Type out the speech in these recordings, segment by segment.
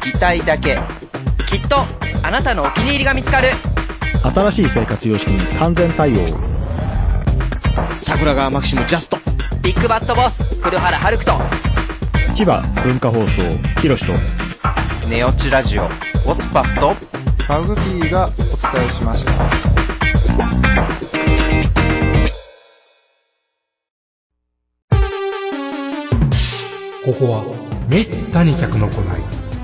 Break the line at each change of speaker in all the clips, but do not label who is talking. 聞きたいだけ。
きっとあなたのお気に入りが見つかる
新しい生活様式に完全対応。
桜川マキシムジャスト。
ビッグバットボス黒原遥人
千葉文化放送、ひろしと。
ネオチラジオ。オスパフと。
マグキーがお伝えしました。
ここはめったに客の来ない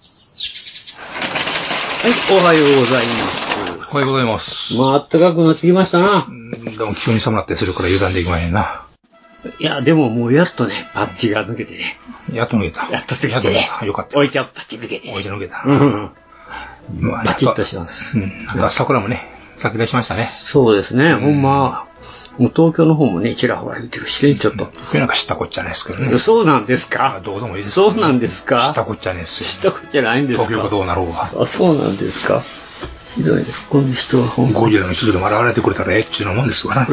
はい、おはようございます。
おはようございます。
まあ、暖かくなってきましたな
う。んでも急に寒なってするから油断できまへんな。
いや、でももうやっとね、パッチが抜けてね。
やっと抜けた。
やっと抜けて
やっと抜けた。よかった。
置いちゃパッチ抜けて
置い
ね。
て抜けた。
うん。
まあ
バチッとしてます。
うん。あとは桜もね、咲き出しましたね。
そうですね、ほんま。もう東京の方もね、ちらほら言ってるしね、ちょっと。
これなんか知ったこっちゃないですけどね。
そうなんです
まあ
か
どうでもいいですよ
そうなんですか
知ったこっちゃないですよ。
知ったこっちゃないんですか
東京がどうなろうが。
あ、そうなんですかひどいね。この人はほ んま。
50代の人でも現れてくれたらええっちゅうのもんですわな。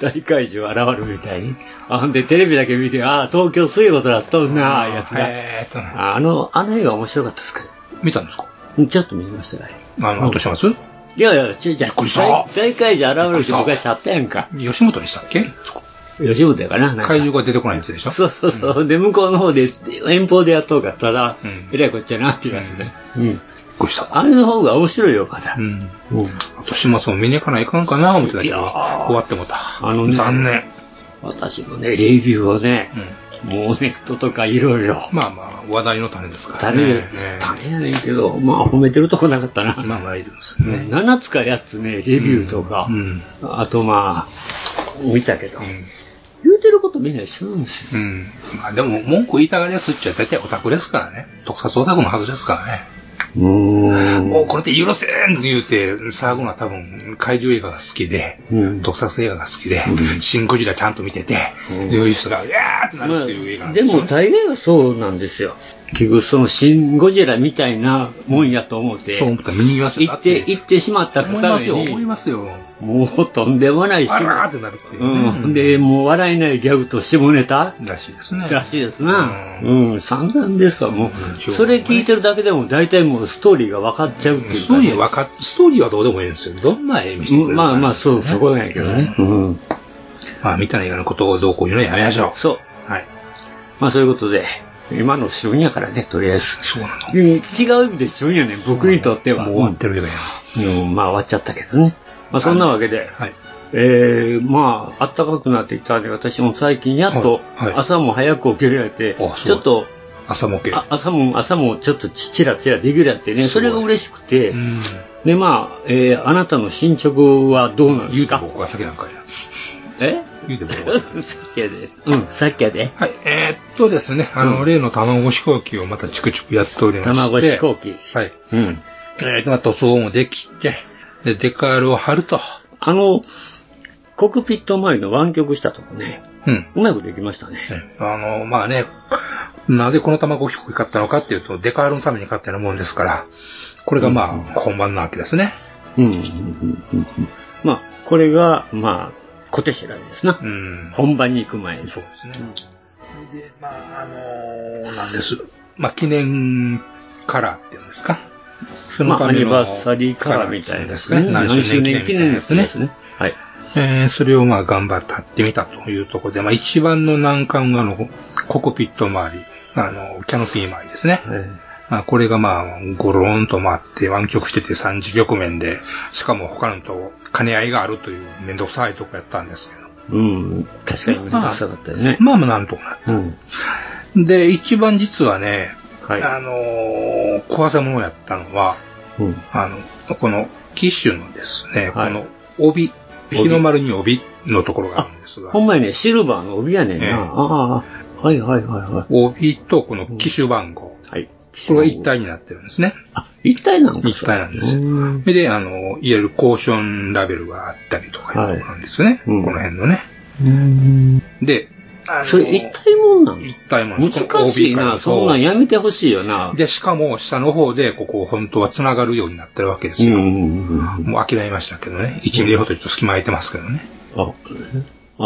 大怪獣現るみたいに。あ、ほんでテレビだけ見て、ああ、東京すごいことだったんな、あいうやつが。
えーっとね、
あの、あの映画面白かったですけ
見たんですか
ど。ちょっと見ましたね。
あの、後始末
いやいや、ちょ、じゃあ
っくりした
大大怪獣現れて昔あったやんか。
吉本でしたっけ
吉本やかな。なんか
怪獣が出てこないやつでしょ
そうそうそう。で、向こうの方で、遠方でやっとうかったら、
うん
えらいこっちゃなって言いますね。うん。
びっくりした。
あれの方が面白いよ、まだ
う。ん。
うん。
後始末も見に行かないかんかな思ってたけ
いや
ど、
ー
終わってもうた。
あのね
残念。
私もね、レビューをね、もうネットとかいろいろ。
まあまあ、話題の種ですから
誰
ね。
や、誰やねんけど、まあ褒めてるとこなかったな。
まあまあ、いいですね。
7つか8つね、レビューとか、
うん。
あとまあ、見たけど、
うん
言うてることみんな一緒なんですよ。
うん。まあでも、文句言いたがるやつっちゃ大体オタクですからね。特撮オタクのはずですからね。
うーん
もうこれで許せんって言うて、騒ぐのは多分、怪獣映画が好きで、
うん
特撮映画が好きで、シン・ゴジラちゃんと見てて、
うん
そういう人が、いやーってなるっていう映画
ま
な
あ、
んで
です
よ
も大概はそうなんですよ。結局そのシン・ゴジラみたいなもんやと思って、
そう思ったら見に行きますよ。
行って、行ってしまった
思いま
方
すよ、思い
に、
ますよ。
もうとんでもないし、
あらーってなるっていうう。
ん。で、もう笑えないギャグと下ネタ
らしいですね。
らしいですな。
うん
うん、散々ですわ、も
うんし
う。
ょうが
そ
な
れ
い
聞いてるだけでも大体もうストーリーが分かっちゃうっていうかね
ストーリーはわか、ストーリーはどうでもいいんですよ。どんな絵見せてくれ
うん
るか
まあまあ、そう、そこなんやけどね。うん。
まあ、みたいな映画のことをどうこう言うのはやめましょう。
そう。
はい。
まあそういうことで、今の旬やからね、とりあえず。
そうなの。
うん違う意味で旬やね、僕にとっては。
もう終わってるよね。
うんまあ終わっちゃったけどね。まあそんなわけで、
はい。
えー、まあ暖かくなってきたんで、私も最近やっと
はいはい
朝も早く起きるようになって、
あす
ち
ご
ょ
い
っと、
朝もけ。
あ朝も、朝もちょっとちちらちらできるようになってね、それが嬉しくて、
うん。
でまあ、えー、あなたの進捗はどうなんで
言う
す
て
か
僕が先なんかや。
え
言うて僕 が先。
さっきやで。うん、さっきやで。
はい。えーっとですね、あの、例の卵飛行機をまたチクチクやっておりまして。
卵飛行機。
はい。
うん。
えーっと、まあ塗装もできて、で、デカールを貼ると。
あの、コックピット周りの湾曲したとこね、
うん。
うまくできましたね。
ねあの、まあね、なぜこの卵飛行機買ったのかっていうと、デカールのために買ったようなもんですから、これがまあ、本番なわけですね。
うんうんうんうんうん。まあ、これが、まあ、小手調べですな
う。ん。
本番に行く前に。
そうですね。で、まあ、あのーなんです。まあ、記念カラーっていうんですか。そ
まあ、アニ
の
バーサリーカラーみたいな
カラーってうん
や
で
つ
すかね。何周年記念みたいなやつね
です。ね。はい。
えーそれをまあ、頑張って貼ってみたというところで、まあ、一番の難関があの、ココピット周り。あの、キャノピー米ですね。
え
まあ、これがまあ、ゴローンと回って湾曲してて三次局面で、しかも他のと兼ね合いがあるというめんどくさいとこやったんですけど。
えうん。確かに面倒くさかったよね。
まあまあなんとかな
うん。
る。で、一番実はね、
は
あのー、壊せ物やったのは、
い。うん。
あの、この、機種のですね、
はい
この帯、日の丸に帯のところがあるんですが
ほ、んまやね、シルバーの帯やねんな。
ええ
ああ、はいはいはいは
帯とこの機種番号、
い。はい。
これが一。体になってるんですね。
あ、一体なんです
一体なんですよ
うん
それで、あの、いわゆるコーションラベルがあったりとかいうところなんですよね。
はいうん
この辺のね。で、あの
それ一体もんな
一
の
体もんですこの
難しい
OB から
な。
と
そんなんやめてほしいよな。
で、しかも下の方で、ここ本当は繋がるようになってるわけです
うん
よ。
うんうんうん。
もう諦めましたけどね。1ミリほどちょっと隙間空いてますけどね。
あ、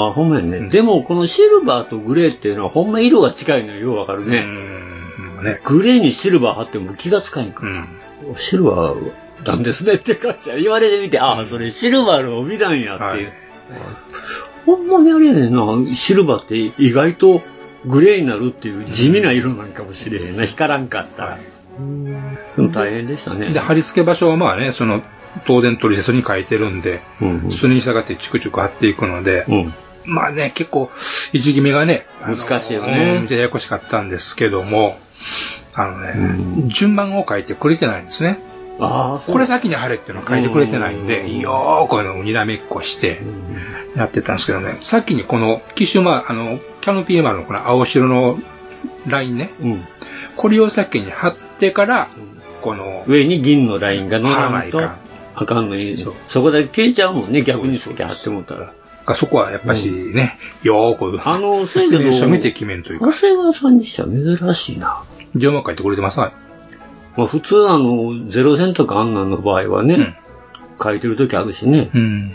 あ、ほんまやね。
うん
でも、このシルバーとグレーっていうのは、ほんま色が近いのようわかる
うー
ね。
ん、もうね。
グレーにシルバー貼っても気がつかんか
う
ら。
ん。
シルバーなんですねって感じや言われてみて、ああ、それシルバーの帯なんやっていう。
はい
ほんまにあれやねんな、シルバーって意外とグレーになるっていう地味な色なんかもしれへんな、光らんかったら。でも大変でしたね
で、。貼り付け場所はまあね、その、東電トリセツに書いてるんで、
うんうん
それに従ってチクチク貼っていくので、
うん
まあね、結構、位置決めがね、あの
難しいよね
うんややこしかったんですけども、あのね、
う
順番を書いてくれてないんですね。
ああ、そう
これ先に貼れっていうのを書いてくれてないん
う
で、
ん
よーくあのにらめっこして
うん
やってたんですけどね、先にこの、機種、まあ、あの、キャノピーマルのこの青白のラインね、
うん
これを先に貼ってから、この、
上に銀のラインが乗
貼ら
ら
なんい
と
か。
あかんのに、
そう
そこだけ消えちゃうもんね、逆にそこで貼ってもったら。
がそこはやっぱしね、よーく、
あのせやけ
説
ど
明書見て決めるという
長
か、
谷川さんにしては珍しいな。
順番書いてくれてますわ。
まあ、普通あの、ゼロ戦とかあんなんの場合はね、
うん
書いてる時あるしね。
うん。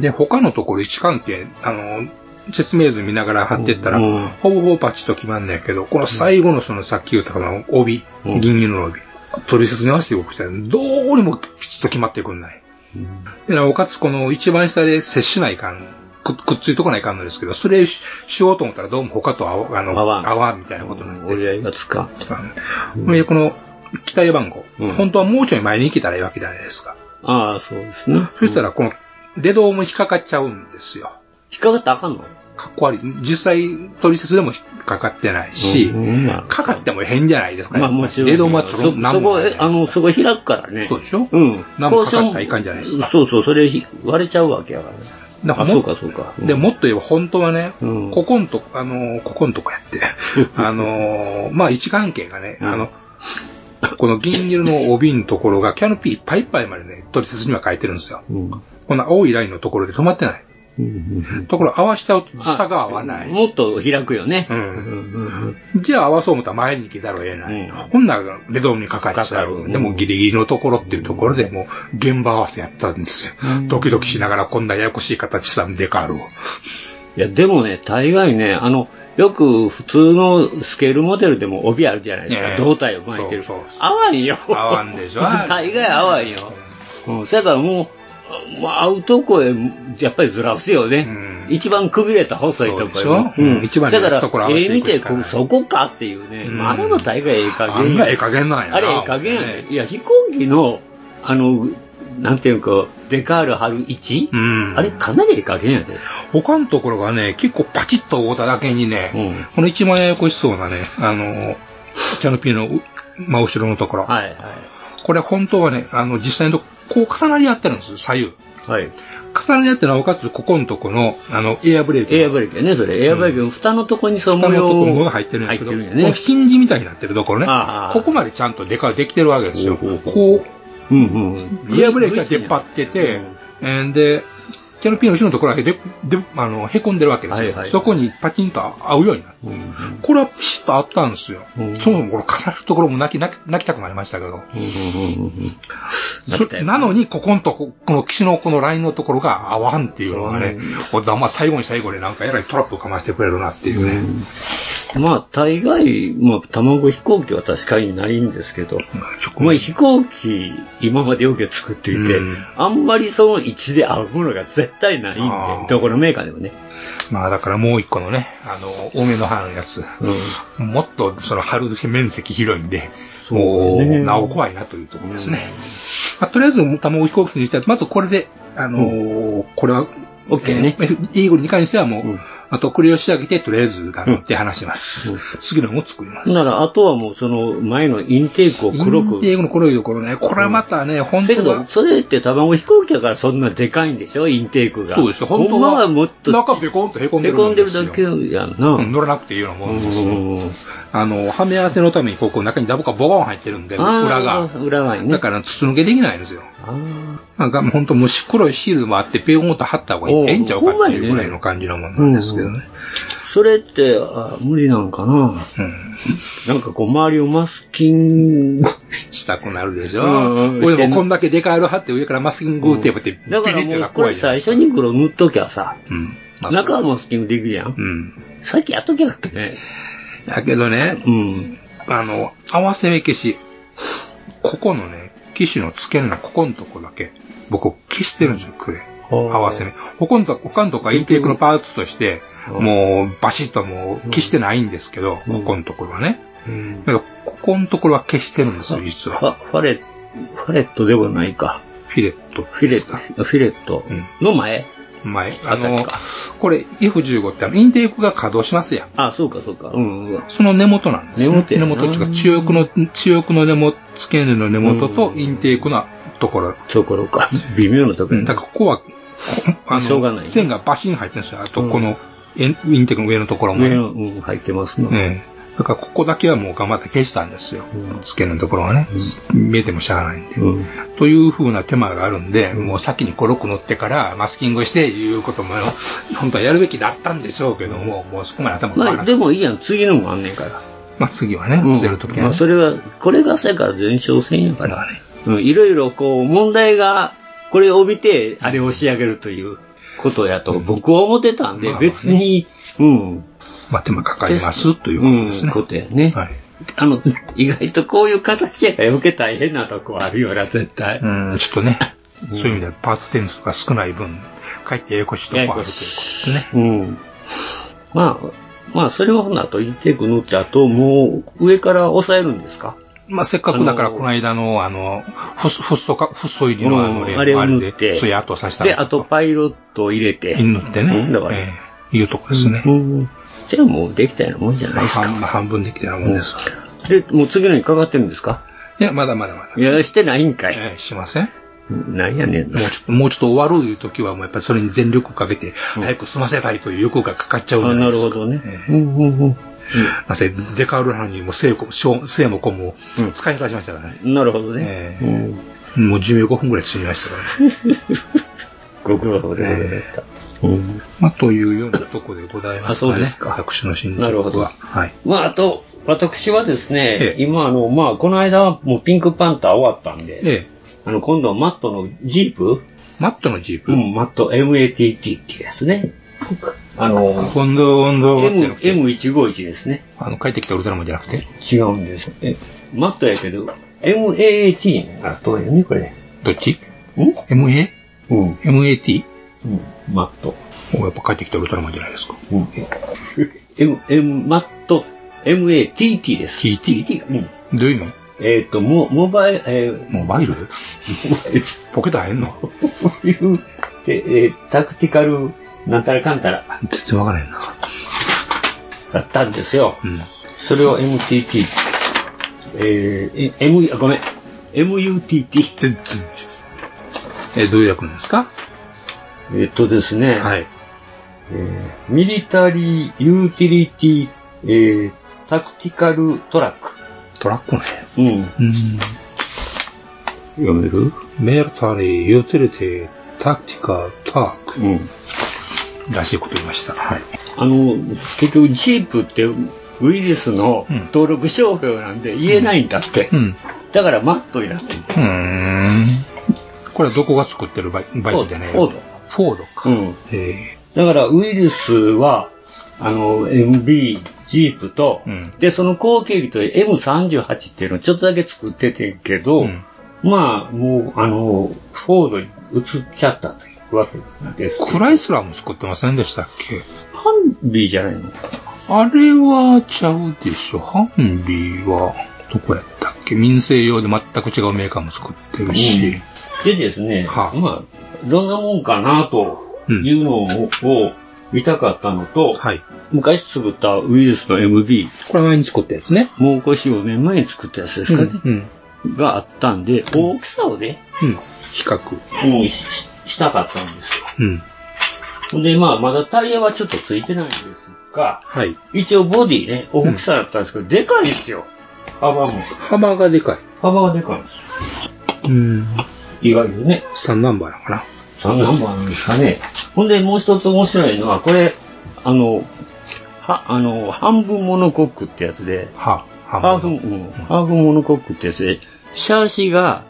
で、他のところ位置関係、あの、説明図見ながら貼ってったら、
うん
ほぼほぼパッチと決まんないけど、この最後のそのさっき言ったこの帯、
うん
銀色の帯、取説に合わせて動くたら、どうにもピチッと決まってくんない。で、なおかつこの一番下で接しないかん、くくっついとかないかんのですけど、それししようと思ったらどうも他と合わ、あの、
合わん
合わんみたいなことになって。
折り合いがつかん。
うんでこの、期待番号、
うん
本当はもうちょい前に行けたらいいわけじゃないですか。
ああ、そうですね。
そしたら、この、レドも引っかかっちゃうんですよ。
引っかかったらあかんの
かっこ悪い。実際、取説でも引っかかってないし、
うん
かかっても変じゃないですか、
まあもちろん。
レドも
そそこ、えあの、そこ開くからね。
そうでしょ
うん。
何もかかったらいかんじゃないですか
そうそう、それひ割れちゃうわけやから。
だから
あ、
も
そうかそうか。
で、もっと言えば、本当はね、
うん
ここんとこ、あのー、ここんとこや って、あのー、まあ、位置関係がね、
うん
あの、この銀色の帯のところが、キャノピーいっぱいいっぱいまでね、取説には書いてるんですよ。
うん、
この青いラインのところで止まってない。
うんうん
ところ合わしちゃう
う
と
ん
下が合わな
あ
い。
もっと開くよね。
う
うんんうん
じゃあ合わそう思ったら前に行けざるを得ない。
うん
ほんならレドームにかかっちゃ
かか
う。
る
でもギリギリのところっていうところでもう現場合わせやったんですよ。ドキドキしながらこんなややこしい形したんでかるを。
いや、でもね、大概ね、あの、よく普通のスケールモデルでも帯あるじゃないですか。
ねえ
胴体を巻いてる。
そうそう
合わんよ。
合わんでし ょ
大概合わんよ。うん、そやからもう、もう会うとこへ、やっぱりずらすよね。
うん
一番くびれた細いとこへ。
そうでしょうん一番
だか
目立つところ
ら、
合わ
え
せ
え
てい
見
く
て、
しか
こ
ないう
そこかっていうね。
うん
まあ、あれも大概ええ加
あ
減
ん
や
なええ加減なんやな。
あれええ加減やね。いや、飛行機の、あの、なんていうか、デカール貼る位置、
うん。
あれかなりええ加減やで。
他のところがね、結構パチッと覆っただけにね、
うん
この一番ややこしそうなね、あの、キャノピーのう真後ろのところ。
はいは
これ本当はね、あの、実際のとこ、こう重なり合ってるんですよ、左右。
い。はい。
重なり合ってなおかつ、ここのとこの、あの、エアブレーキ。
エアブレーキやね、それ。エアブレーキの蓋のとこにその模
蓋の
様
ところ
を
が入ってるんですけど、
入ってるん
こ
や
の
ね。
ヒンジみたいになってるところね
あああ。あ
ここまでちゃんとでか、できてるわけですよ。
ほうほうほう
こ
うんうん
う、エアブレーキが出っ張ってて、えーで、キャノピーの後ろのところがで、で、あの、凹んでるわけですよ。
はいはい
そこにパチンと合うようになる。
うんうん
これはピシッと合ったんですよ。
うん
そもそもこの重なるところも泣き、泣き、泣きたくなりましたけど。
うんうんうん
そなのに、ここんとこ、この岸のこのラインのところが合わんっていうのがね
う、
こうだまあ最後に最後でなんかえらいトラップかましてくれるなっていうね。
まあ、大概、まあ、卵飛行機は確かにないんですけど、
職
まあ、
務
飛行機、今までよく作っていて、
うん
あんまりその位置で合うものが絶対ないん
あ
で、
ー
どこのメーカーでもね。
まあだからもう一個のね、あの、多めの歯のやつ、もっとその貼る面積広いんで、もう、なお怖いなというところですね。まあ、とりあえず、卵飛行機にしたまずこれで、あのーこれは、
オッケーね
えイーグルに関してはもう、
うん
あと繰りを仕上げて、とりあえずだって話します。次のも作ります。
なら、あとはもうその前のインテークを黒
イン
く。
テークの黒いところね、これはまたね、本
だけ
当は
ど、。それって卵飛行機だからそんなでかいんでしょインテークが。
そうですよ、
ほ
本
ん
当
まはもっと。
中ペコンとへこんで
へ
るも
こ
ん
ん
で
でする
よ
だけやんな。
うん乗らなくていいようなもんですよ。
うん
あの、はめ合わせのために、ここ中にダボがボコン入ってるんで、
あー
裏が。
裏がね。
だから、筒抜けできないんですよ。
あー
なんか、本当虫黒いシールもあって、ペヨンと貼った方がいい
おう
ええんちゃうかっていうぐらいの感じのものなんですけどね。
それって、あ無理なんかな。
うん。
なんかこう、周りをマスキング。
したくなるでしょ。
うんうん
俺でもこんだけデカール貼って、上からマスキングテープって、ビリ
だから
ッて
も
な
う、
っ
これ
怖いじゃない
最
ですか
初。に黒塗っときゃさ、
うん。まあ
中はマスキングできるやん。
うん。
さっきやっときゃよかったね。
だけどね、
うん。
あの、合わせ目消し、ここのね、機種の付け根のここのとこだけ、僕消してるんですよ、クレ。合わせ目。他のとこ、他のとこはインテークのパーツとして、もうバシッともう消してないんですけど、
うん
ここのところはね。だからここのところは消してるんですよ、実
ファ
は。
ファレット、ファレットではないか。
フィレット。
フィレ
ですか
ット、フィレットの前、
前。
あ
あ
たり
の
か、。
これ F15 ってあの、インテークが稼働しますやん。
あ、そうかそうか。うんうん。
その根元なんですよ、
根元やな
根元っていうか、中翼の、中翼の根元、付け根の根元と
うん
インテークのところ。
ところか。微妙なとこ
う
ろ
ん、だからここは、こあ
しょうがない
線がバシン入ってるんですよ。あと、
うん
この、えんインテークの上のところも。
上の、うん、入ってますの。
ええだからここだけはもう頑張って消したんですよ。
うん
付け根のところはね、見えてもしゃあないんで。
うん。
という風な手間があるんで、もう先に黒く塗ってからマスキングしていうことも、 本当はやるべきだったんでしょうけども、もうそこまで頭が回ら
ま
な
あ、
い。ま
でもいいやん。次のもあんねんから。
あ、次はね、
うん
捨てるとき
ま
は
あ、
ね。
それは、これがさから前哨戦やから。うん、いろいろこう、問題が、これを見て、あれを仕上げるということやと、僕は思ってたんで、
まあまあね
別に、うん、
まあ手間かかりますという
う
こと
ん
ですね。
ことやね。
はい。
あの、意外とこういう形やから余計大変なとこあるよな、絶対。
うん、ちょっとね、そういう意味ではパーツ点数が少ない分、かえってややこしいとこはあるということですね。
うん。まあ、まあ、それはほな、あと、インテーク塗って、あと、もう、上から押さえるんですか
まあ、せっかくだから、この間の、あの、フッ素、フッ素か、フッ素入りのあの、
うんあれを塗っ
で、
て。
それ後させた
で、あと、パイロットを入れて。
塗って
う
ね
んだか、ら
ええいうとこですね
う。ん。じゃあもうできたようなもんじゃないです
半
か。
分半分できたようなもんです。
で、もう次のにかかってるんですか
いや、まだまだまだ。
いや、してないんかい。
ええしません。も
なんやねん
う。ちょっと、もうちょっと終わるいう時は、もうやっぱりそれに全力をかけて、早く済ませたいという欲がかかっちゃうじ
あ
ゃな
ないる
です
ほ
か。
どね
ええ。
うんうん
なぜ、デカール派にも、せいこ、しょうせいもこも
う、ん
使い果たしましたからね。
うん。なるほどね。
え
うん。
えもう15分ぐらい釣りましたか らね。
ご苦労様でございました。うん。
まあ、というようなとこでございます
あ
か
そうで
ね
す。か
私の進捗は。
なるほど
はい。
まあ、あと、私はですね
え、え
今、あの、まあ、この間はもうピンクパンター終わったんで、
ええ。
あの、今度はマットのジープ
マットのジープ。
うん、マット MATT っていうやつね。あの、
今度、今度、ってな
M-
くて
M151 ですね。
あの、帰ってきたウルトラマンじゃなくて、
違うんです。え、マットやけど、MAAT。あ、どうやね、これ。ん
どっち ?MA?
うん。
MAT?
うん。マット。
おやっぱ帰ってきたウルトラマンじゃないですか。
うん。M、M、マット、MATT です。
TT？
TT。うん。
どういうの
えっ、と、モ、モバイル、えー、
モバイル
モバイル
ポケット入んの
そういう、でえータクティカル、なんたらかんたら、
全然わからへんな。
だったんですよ。
うん。
それを MTT、えー、え M、あごめん、MUTT。
全然。え、どういう役なんですか
えーっとですね、
はい。
えーミリタリー・ユーティリティ、えー、タクティカル・トラック。
トラックね。
うん。
うん。
読める
メルタリー、ユーティリティ、タクティカ、ターク。
うん。
らしいこと言いました。はい。
あの、結局、ジープってウイルスの
うん
登録商標なんで言えないんだって。
うん。
だからマットになってる。
うーん。これはどこが作ってるバイバイクじゃない
フォード。
フォードか。
うん。
え
だからウイルスは、あの、MB、ジープと、
うん
で、その後継機と M38 っていうのをちょっとだけ作っててんけど、
うん
まあ、もう、あの、フォードに移っちゃったという。くわけです。
クライスラーも作ってませんでしたっけ
ハンビーじゃないの
あれはちゃうでしょ。ハンビーは、どこやったっけ民生用で全く違うメーカーも作ってるし。
でですね、
はあ
まあ、どんなもんかなというのを,、見たかったのと、
はい。
昔作ったウイルスの MB、
これ前に作ったやつね。
もう54年前に作ったやつです
うん。
か
う
ね、
ん。
があったんで、大きさをね、
うん。比較。
もうしししたかったんですよ。
うん。
ほんで、まあ、まだタイヤはちょっとついてないんですが、
はい。
一応ボディね、大きさだったんですけど、でかいんですよ。幅も。
幅がでかい。
幅がでかいんですよ。
うん。
意外にね。
3ナンバーなのかな。
3ナンバーなんですかね。ほんで、もう一つ面白いのは、これ、あの、は、あの、半分モノコックってやつで、
はあ、
ハー
半
フ、
分の。
うんハーフモノコックってやつで、シャーシが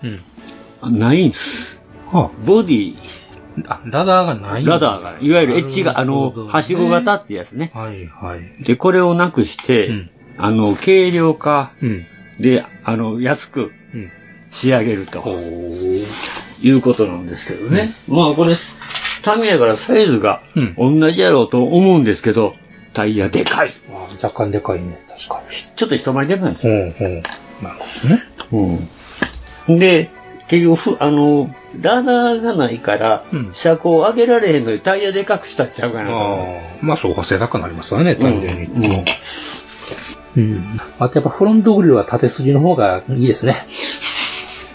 うん。
ないんです。
は
ボディ、
あ、あラダーがない。
ラダーが、いわゆるエッジが、あ
なるほ
の、
どね
はしご型ってやつね。
はい、はい。
で、これをなくして、
うん
あの、軽量化
うん。
で、あの、安く
うん。
仕上げると
ー。
いうことなんですけどね。まあ、これ、タミヤからサイズが
うん
同じやろうと思うんですけど、タイヤでかい。
あ若干でかいね。確かに。
ちょっと一回りでかいんです
ほ
よ。
うほう。なるほどね。
うん。で、結局、ふあの、ラダーがないから
うん、
車高を上げられへんのにタイヤでかくしたっちゃうかなと。
ああ、まあ、そう補正高くなりますわね、
うん
単純に。
うん
うん。あとやっぱフロントグリルは縦筋の方がいいですね。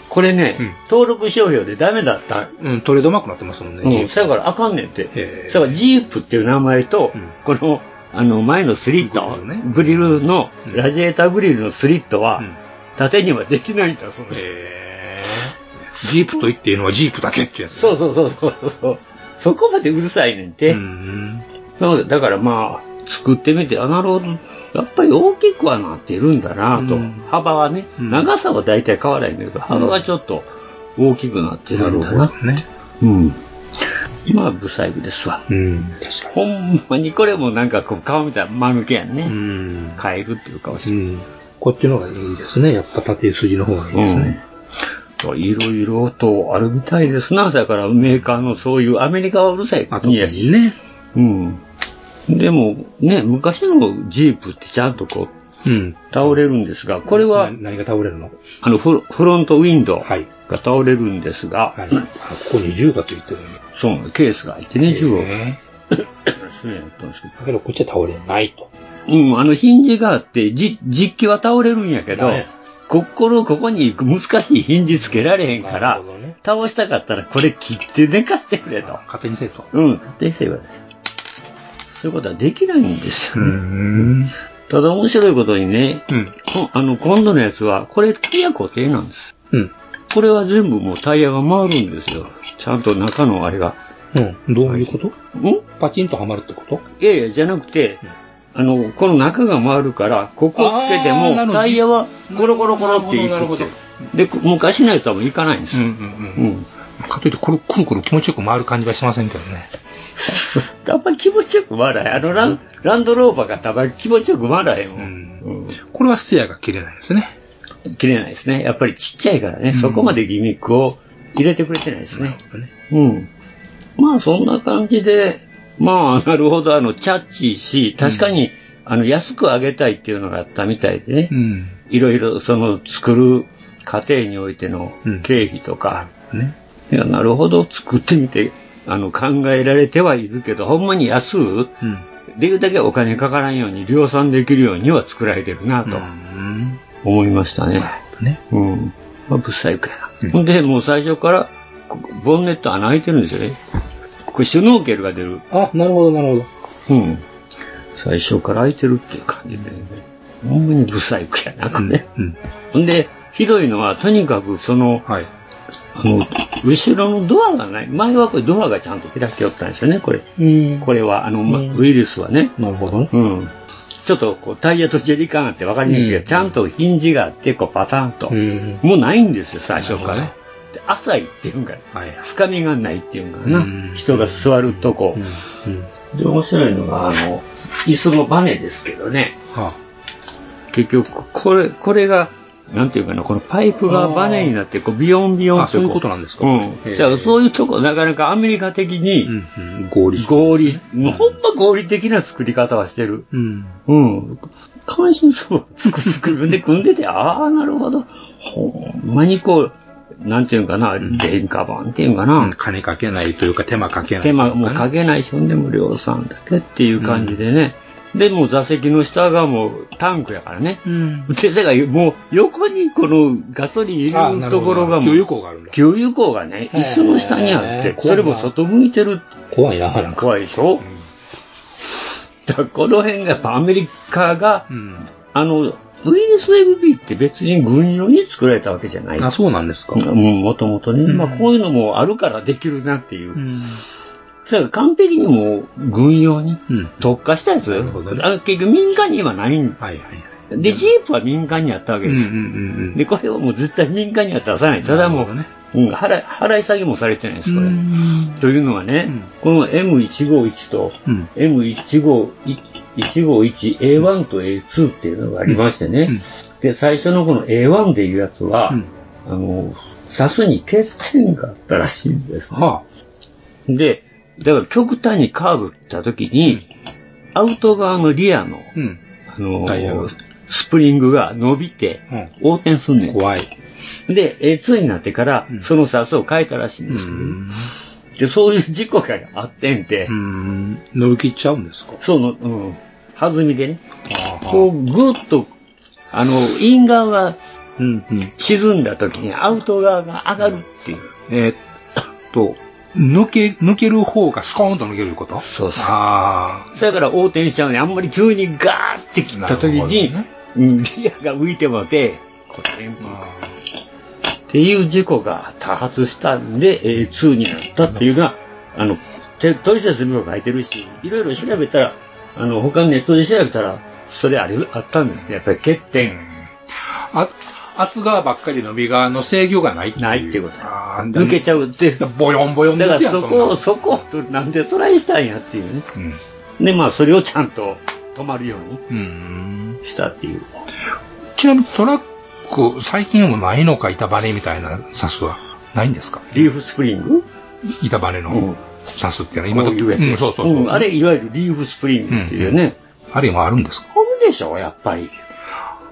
これね、
うん
登録商標でダメだった。
うん、トレードマークになってますもん
う
ね。ジー
ん、
プ
そやからあかんねんって。
へえ
そやからジープっていう名前と、
うん
この、あの、前のスリット、
グリルね
グリルの、
うん
ラジエーターグリルのスリットは、
うん
縦にはできないんだ、その、
へえジープと言っていいのはジープだけってやつ。。
そううそうそうそうそう。そこまでうるさいねんて。
うん。
なので、だからまあ、作ってみて、あ、なるほど。やっぱり大きくはなってるんだなと。
うん
幅はね、
うん
長さは大体変わらないんだけど、幅がちょっと大きくなってるんだな。
ね。
うん。まあ、不細工ですわ。
うん。
ほんまにこれもなんかこう、顔見たら間抜けやんね。
うん。
変えるっていう顔し
う
て。
ん。こっちの方がいいですね。やっぱ縦筋の方がいいですね。
うんいろいろとあるみたいですな。だからメーカーのそういうアメリカはうるさい
あと、
国やし。
ね。
うん。でもね、昔のジープってちゃんとこう、
うん。
倒れるんですが、これは
な、何が倒れるの
あのフロ、フロントウィンドウ
はい
が倒れるんですが、
はい。あここに10がついてるね。
そうなのケースが入ってね、中国、
へ
そうやったんですけ
えだけどこっちは倒れないと。
ど。うん、あの、ヒンジがあって、じ、実機は倒れるんやけど
はい、
ここの、ここに難しいヒンジつけられへんか
な
ら
るほどね、
倒したかったらこれ切って寝かしてくれと。
勝手にせえと。
うん、勝手にせえばです。そういうことはできないんですよね。
ん。
ただ面白いことにね、
うん。
こあの、今度のやつは、これタイヤ固定なんです。
うん。
これは全部もうタイヤが回るんですよ。ちゃんと中のあれが。
うん。どういうこと、
んい
パチンとはまるってこと
やいや、じゃなくて、あの、この中が回るから、ここをつけて
あーな
も
るほど
タイヤはゴロゴロゴロってい
なる
く
ほ
って
どなる
いう。で、こ昔のやつはもう行かないんです。
ん
うん。
かといって、これ、くるくる気持ちよく回る感じはしませんけどね。
あんまり気持ちよく回らへん。あのラン、ランドローバーがたまに気持ちよく回らへんもん。
これはステアが切れないですね。
うん。切れないですね。やっぱりちっちゃいからね、そこまでギミックを入れてくれてないですね。うん。まあそんな感じで、まあなるほど、あの、チャッチーし、確かに、あの、安く上げたいっていうのがあったみたいでね、
ん。
いろいろその作る過程においての
うん
経費とか、
ね。
いや、なるほど、作ってみて、あの、考えられてはいるけど、ほんまに安う、
うん。
できるだけお金かからんように量産できるようには作られてるなと
うん。
思いましたね。
ね。
うん。まあ、ぶっ細工やな。
ん
ほんで、もう最初から、ここボンネット穴開いてるんですよね。これ、シュノーケルが出る。
あ、なるほど、なるほ
うん。最初から開いてるっていう感じでね。ほんまに不細工やな、こ
ど。
れ。
うん。
ほんで、ひどいのは、とにかく、その、
はい。
あの、後ろのドアがない。前はこれドアがちゃんと開きよったんですよね、これ。
うん
これは、あの、まウイルスはね。
なるほどね。
うん。ちょっとこうタイヤとジェリカンあって分かりにくいけど、
うん
ちゃんとヒンジがあって、こうパターンと。
ん。
もうないんですよ、最初か
なるほど
ら。
ね
で浅いっていうんか、
はい。
深みがないっていうんかな、
うん
人が座るとこ、
うん。
で、面白いのが、あの、椅子のバネですけどね、
は
結局、これ、これが、なんていうかな、このパイプがバネになって、こう、ビヨンビヨン
あ
って
そういうことなんですか
う
へ
ん。
え
じゃあ、そういうとこ、なかなかアメリカ的
う
に、
んうん、合理主義
合理、もうほんま合理的な作り方はしてる。
うん。
うん。関心そう、つくつくで組んでて、ああ、なるほど。ほんまにこう、なんていうんかな、電化版っていうんか
う
な。
ん金かけないというか手間かけない。
手間もかけないし、ほんでも量産だけっていう感じでね。で、もう座席の下がもうタンクやからね。
うん。
先生がもう横にこのガソリン
あ
入れるところがも
給油
う、
口があるんだ。
給油口がね、
へー
椅子の下にあって、それも外向いてる。
怖いな、なんか。
怖いでしょだからこの辺がやっぱアメリカが
う、ん。
あの、WSFB って別に軍用に作られたわけじゃない。
あ、そうなんですか。
うん、もともとね。
ん
まあこういうのもあるからできるなっていう。
ん。
それから完璧にもう軍用に
うん。
特化したやつ。
なるほどね
あの結局民間に今ないん
はいはいはい。
で、ジープは民間にあったわ
う
け
んう
で
ん
す。
うんうん。
で、これをもう絶対民間には出さない。ただもう、
なる
うん、払い、払い下げもされてないです、これ。
うん
というのはね、
うん
この M151 と
うん
M151A1 と A2 っていうのがありましてね、
うん
で、最初のこの A1 でいうやつは、
うん
あの、サスに欠点があったらしいんですね。
は
で、だから極端にカーブった時に、アウト側のリアの、
あ。うん。
あの
ダイヤル
スプリングが伸びて、横転すんねん。
怖い。
で、A2 になってから
う、ん
そのサスを変えたらしいん
う
ですけどね、
ん。
で、そういう事故があってんて、
うん。乗り切っちゃうんですか。
その、うん、弾みでね、こ
こ
う、ぐっと、あの、イン側が
う。うんうん。
沈んだ時にアウト側が上がるっていう。
えーっと、抜け、抜ける方がスコーンと抜けること
そうそう
あ
それから横転しちゃうね。あんまり急にガーって切った時に、
なる
うんリアが浮いてもて、こう転
あ。
覆
あ
っていう事故が多発したんで、A2 になったっていうのは、あの、てトリセツにも書いてるし、いろいろ調べたら、あの、他のネットで調べたら、それありあったんですね。やっぱり欠点。
あ、厚側ばっかり伸び側の制御がないっていう。
ないってこと
ああ、
抜けちゃうって。
ゃボヨンボヨンで
だか
すや
ら
ん
そこを、
そ
そこを、なんでそないしたんやっていうね。
んなの
で、まあ、それをちゃんと止まるように
うん。うん。
したっていう。
ちなみにトラック、最近もないのか、板バネみたいなサスは。ないんですか
リーフスプリング
板バネ
うん
のサスっていうのは今
こういうやつ
うん
です
そうそうそう。
んあれ、いわゆるリーフスプリングっていうね。
あれ今あるんですか
あるでしょ、やっぱり。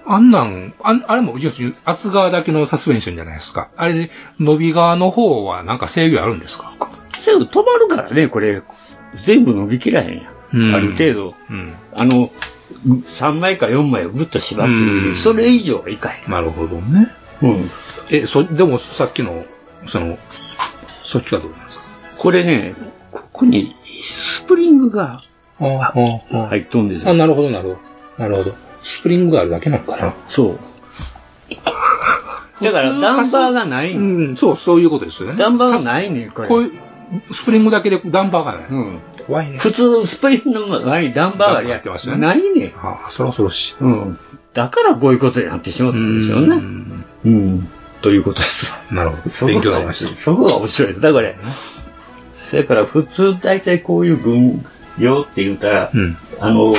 あんなん、ああれも、要するに厚側だけのサスペンションじゃないですか。あれで、伸び側の方はなんか制御あるんですか
全部止まるからね、これ。全部伸びきらへんや、
うん
ん。ある程度。
うん。
あの、3枚か4枚をぐっと縛って
う
る
ん
それ以上はいかへん。
なるほどね。
うん。
え、そ、でもさっきの、その、そっちはどうなんですか
これね、ここにスプリングが
ああ、
入っとんですよ。
あ、なるほど、なるほど。なるほど。スプリングがあるだけなのかな。
そう。だから、ダンバーがないの。
うん、そう、そういうことですよね。
ダンバーが
い
ないねん、これ。
こういう、スプリングだけでダンバーがない。
うん、
怖いね
普通、スプリングのないダンバーが
やってましたね
ないねん。
ああ、そろそろしい。
うん。だからこういうことになってしまったんですよ
う
ね。
ん
うん。ということです。
なるほど。勉強になりました。
そこが面白いです。だから、それから普通大体こういう軍用って言うたら、
うん。
あの、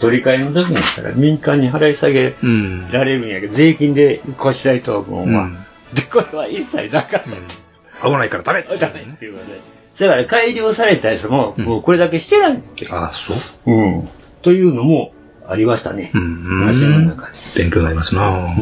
取り替えの時にしたら民間に払い下げ
うん。
られるんやけど、税金でこしないと思うわ。
うん
で、これは一切なかった。
危ないからダメ
ダメっていうことで。だから改良されたやつも、
うん
もうこれだけしてないって。
ああ、そう。
うん。というのもありましたね。
うん
話の中で。
勉強になりますな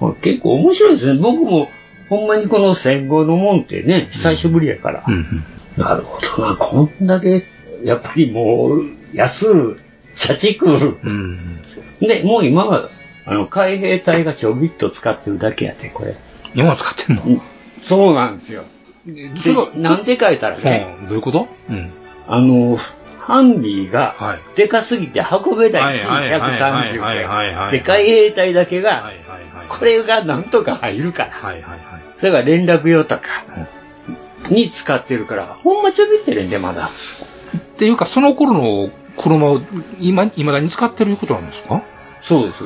うん。結構面白いですね。僕も、ほんまにこの戦後のもんってね、久しぶりやから。
うん。
なるほどな。こんだけ、やっぱりもう、安う、社畜。
うん。
で、もう今は、あの、海兵隊がちょびっと使ってるだけやで、これ。
今使ってんの
そうなんですよ。
それは
でなんでか言ったらね、
うんどういうことうん。
あの、ハンビーが、
はい
でかすぎて運べないし、
はいはいはいはいはい
130
はい
で。でかい兵隊だけが、
はいはいはい。
こ。れがなんとか入るから。
はいはいはい。
それから連絡用とか、に使ってるから、ほんまちょびってるんで、まだ。
っていうか、その頃の車を今、未だに使ってるいうことなんですか
そうです。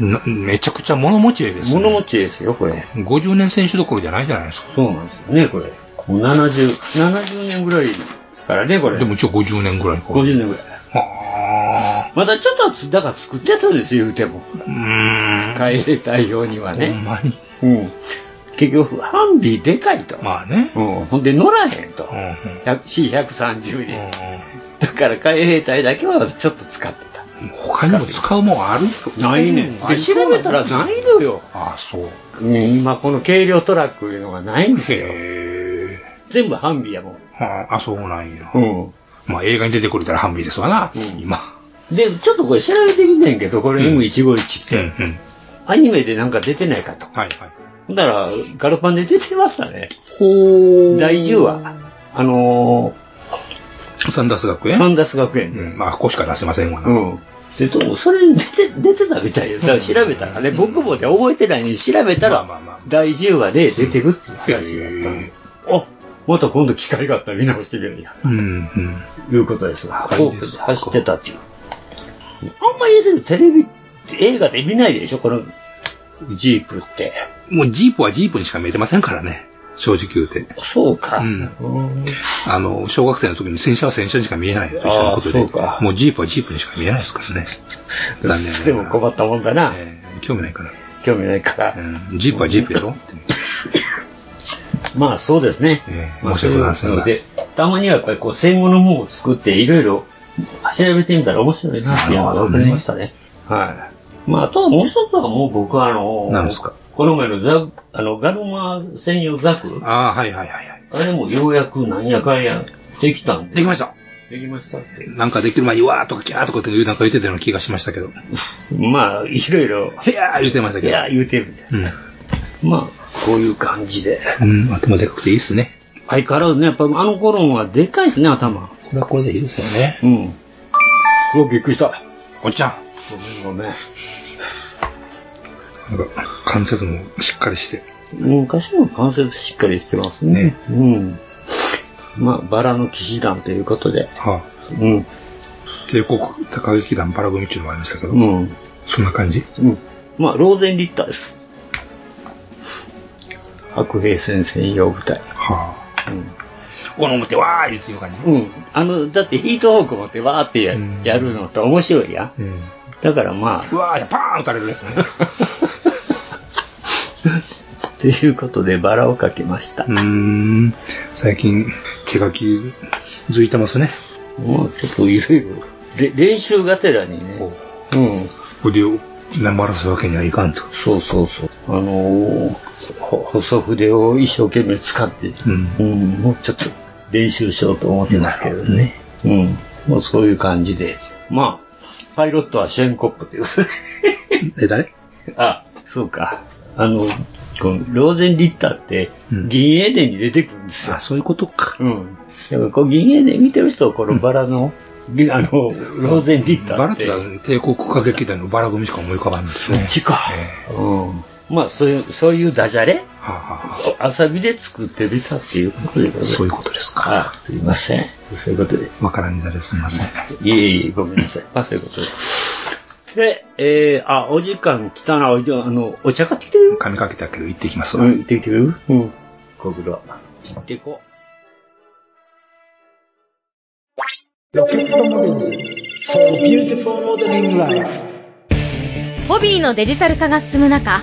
なめちゃくちゃ物持ちいいですね。
物持ちですよ、これ。
50年選手どころじゃないじゃないですか。
そうなんですよね、これ。もう70、70年ぐらいからね、これ。
でも一応50年ぐらいか。
50年ぐらい。
はあ。
まだちょっとはつ、だから作ってたんですよ、言うても。
うーん。
帰れたようには
ほん
ね。
まに。
うん。結局、ハンディでかいと。
まあね。
うん。ほんで乗らへんと
うん。うん。
C130
うん
で。だから海兵隊だけはちょっと使ってた。
うん他にも使うもんあるよ
で、調べたらないのよ。
あ、そう。
うん今この軽量トラックいうのがないんですよ。
へえ。
全部ハンビやもん。
はあ、あ、そうなんや。
うん。
まあ映画に出てくれたらハンビーですわな、
うん
今。
で、ちょっとこれ調べてみてんけど、これ
うん
M151 って、
ん。
アニメでなんか出てないかと。
はいはい。
だから、ガルパンで出てましたね。
ほ
第10話。あの
サンダース学
ー、
園
サンダース学園
う
で。
ん。まあ、ここしか出せませんわな。
う。ん。で、どうもそれに出て、出てたみたいよ。だから調べたらね、僕もね、覚えてないのに調べた
まあまあまあ
ら、第10話で出てるっていう話
へ
だったの
え。
あ、また今度機会があったら見直してみるや。
うん、うん。
いうことですわ。フ
そう
ォ
で
ーク
す
で走ってたっていう。あんまりですけどテレビ、映画で見ないでしょ、このジープって。
もうジープはジープにしか見えてませんからね。正直言うて。
そうか。
うん
うん
あの、小学生の時に戦車は戦車にしか見えないと一緒のことで。
あーそうか
もうジープはジープにしか見えないですから ね。残念ながら。
それも困ったもんだな。
えー興味ないから。
興味ないから。
うんジープはジープやろって
まあそうですね。
ええ
まあ
申し訳ございませんが
そういうので、たまにはやっぱりこう戦後の本を作っていろいろ調べてみたら面白いなっていうのが分かりましたね。はい。まああとはもう一つはもう僕はあの、
なんですか
この前のザあのガルマ専用ザク、
ああ、はいはいはいはい。
あれもようやくなんやかんやできたんで。
できました。
できましたって。
なんかできる前に、わーとかキャーとかっていうなんか言ってたような気がしましたけど。
まあいろいろ、
へやー言ってました
い
けど。
や言うてるみたいな。
うん。
まあこういう感じで。
うん、頭でかくていいっすね。
相変わらずね、やっぱあの頃はでかいですね、頭。
これはこれでいいですよね。
うん。うわ、びっくりした。
おっちゃん。
ごめんごめん。
なんか、関節もしっかりして。
昔の関節しっかりしてますね。
ね
うん。まあ、バラの騎士団ということで。
は
うん。
あ、帝国高劇団バラ組っていうのもありましたけど、
うん。
そんな感じ
うん。まあ、ローゼンリッターです。白兵戦専用部隊。
はあ。この表、わー言っていう感じ。
うん。あの、だってヒートホーク持ってわーってや,、
うん
やるのって面白いやん。
うん。
だからま
うわー、パーン打たれるですね。
あ、ということでバラをかけました。
うーん。最近、手書きづいてますね。
まあ、ちょっといろいろ。で、練習がてらにね。うん。
腕を黙らすわけにはいかんと。
そうそうそう。あのーほ細筆を一生懸命使って、
うん
うんもうちょっと練習しようと思ってますけどね。うん。もうそういう感じで。まあ、パイロットはシェンコップっていう。
え、誰
あ、そうか。あの、このローゼンリッターって、
うん
銀英伝に出てくるんですよ
あ、。そういうことか。
うん。だからこう銀英伝見てる人は、このバラの、ぎあの、ローゼンリッタ
バ
ー
ラ
っ。
っててのは帝国歌劇団のバラ組しか思い浮かばんです
そ
ね
っ。ちか。
え
うん。まあ、そういう、そういうダジャレ
えはあはあ
遊びで作ってみたっていうことでございます。
そういうことですか。
あすいません。そういうことで。
わからんにだれすみません。
いえいえ、ごめんなさい。まあ、そういうことで。で、えー、あ、お時間来たな。おじあの、お茶買ってきてる
噛みかけたけど行ってきますわ。
うん、行ってきてくれるうん。ご苦労。行ってこう。
ホビーのデジタル化が進む中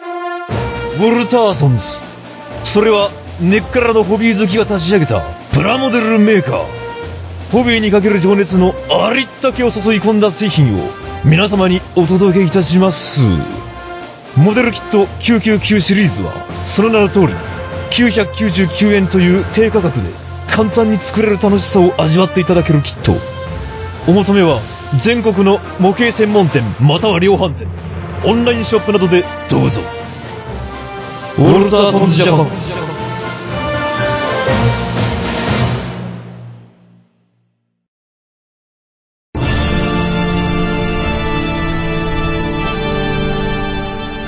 ウォルターソンズそれは根っからのホビー好きが立ち上げたプラモデルメーカーホビーにかける情熱のありったけを注ぎ込んだ製品を皆様にお届けいたしますモデルキット999シリーズはその名の通り999円という低価格で簡単に作れる楽しさを味わっていただけるキットお求めは全国の模型専門店または量販店オンラインショップなどでどうぞウォルターソンズジャパン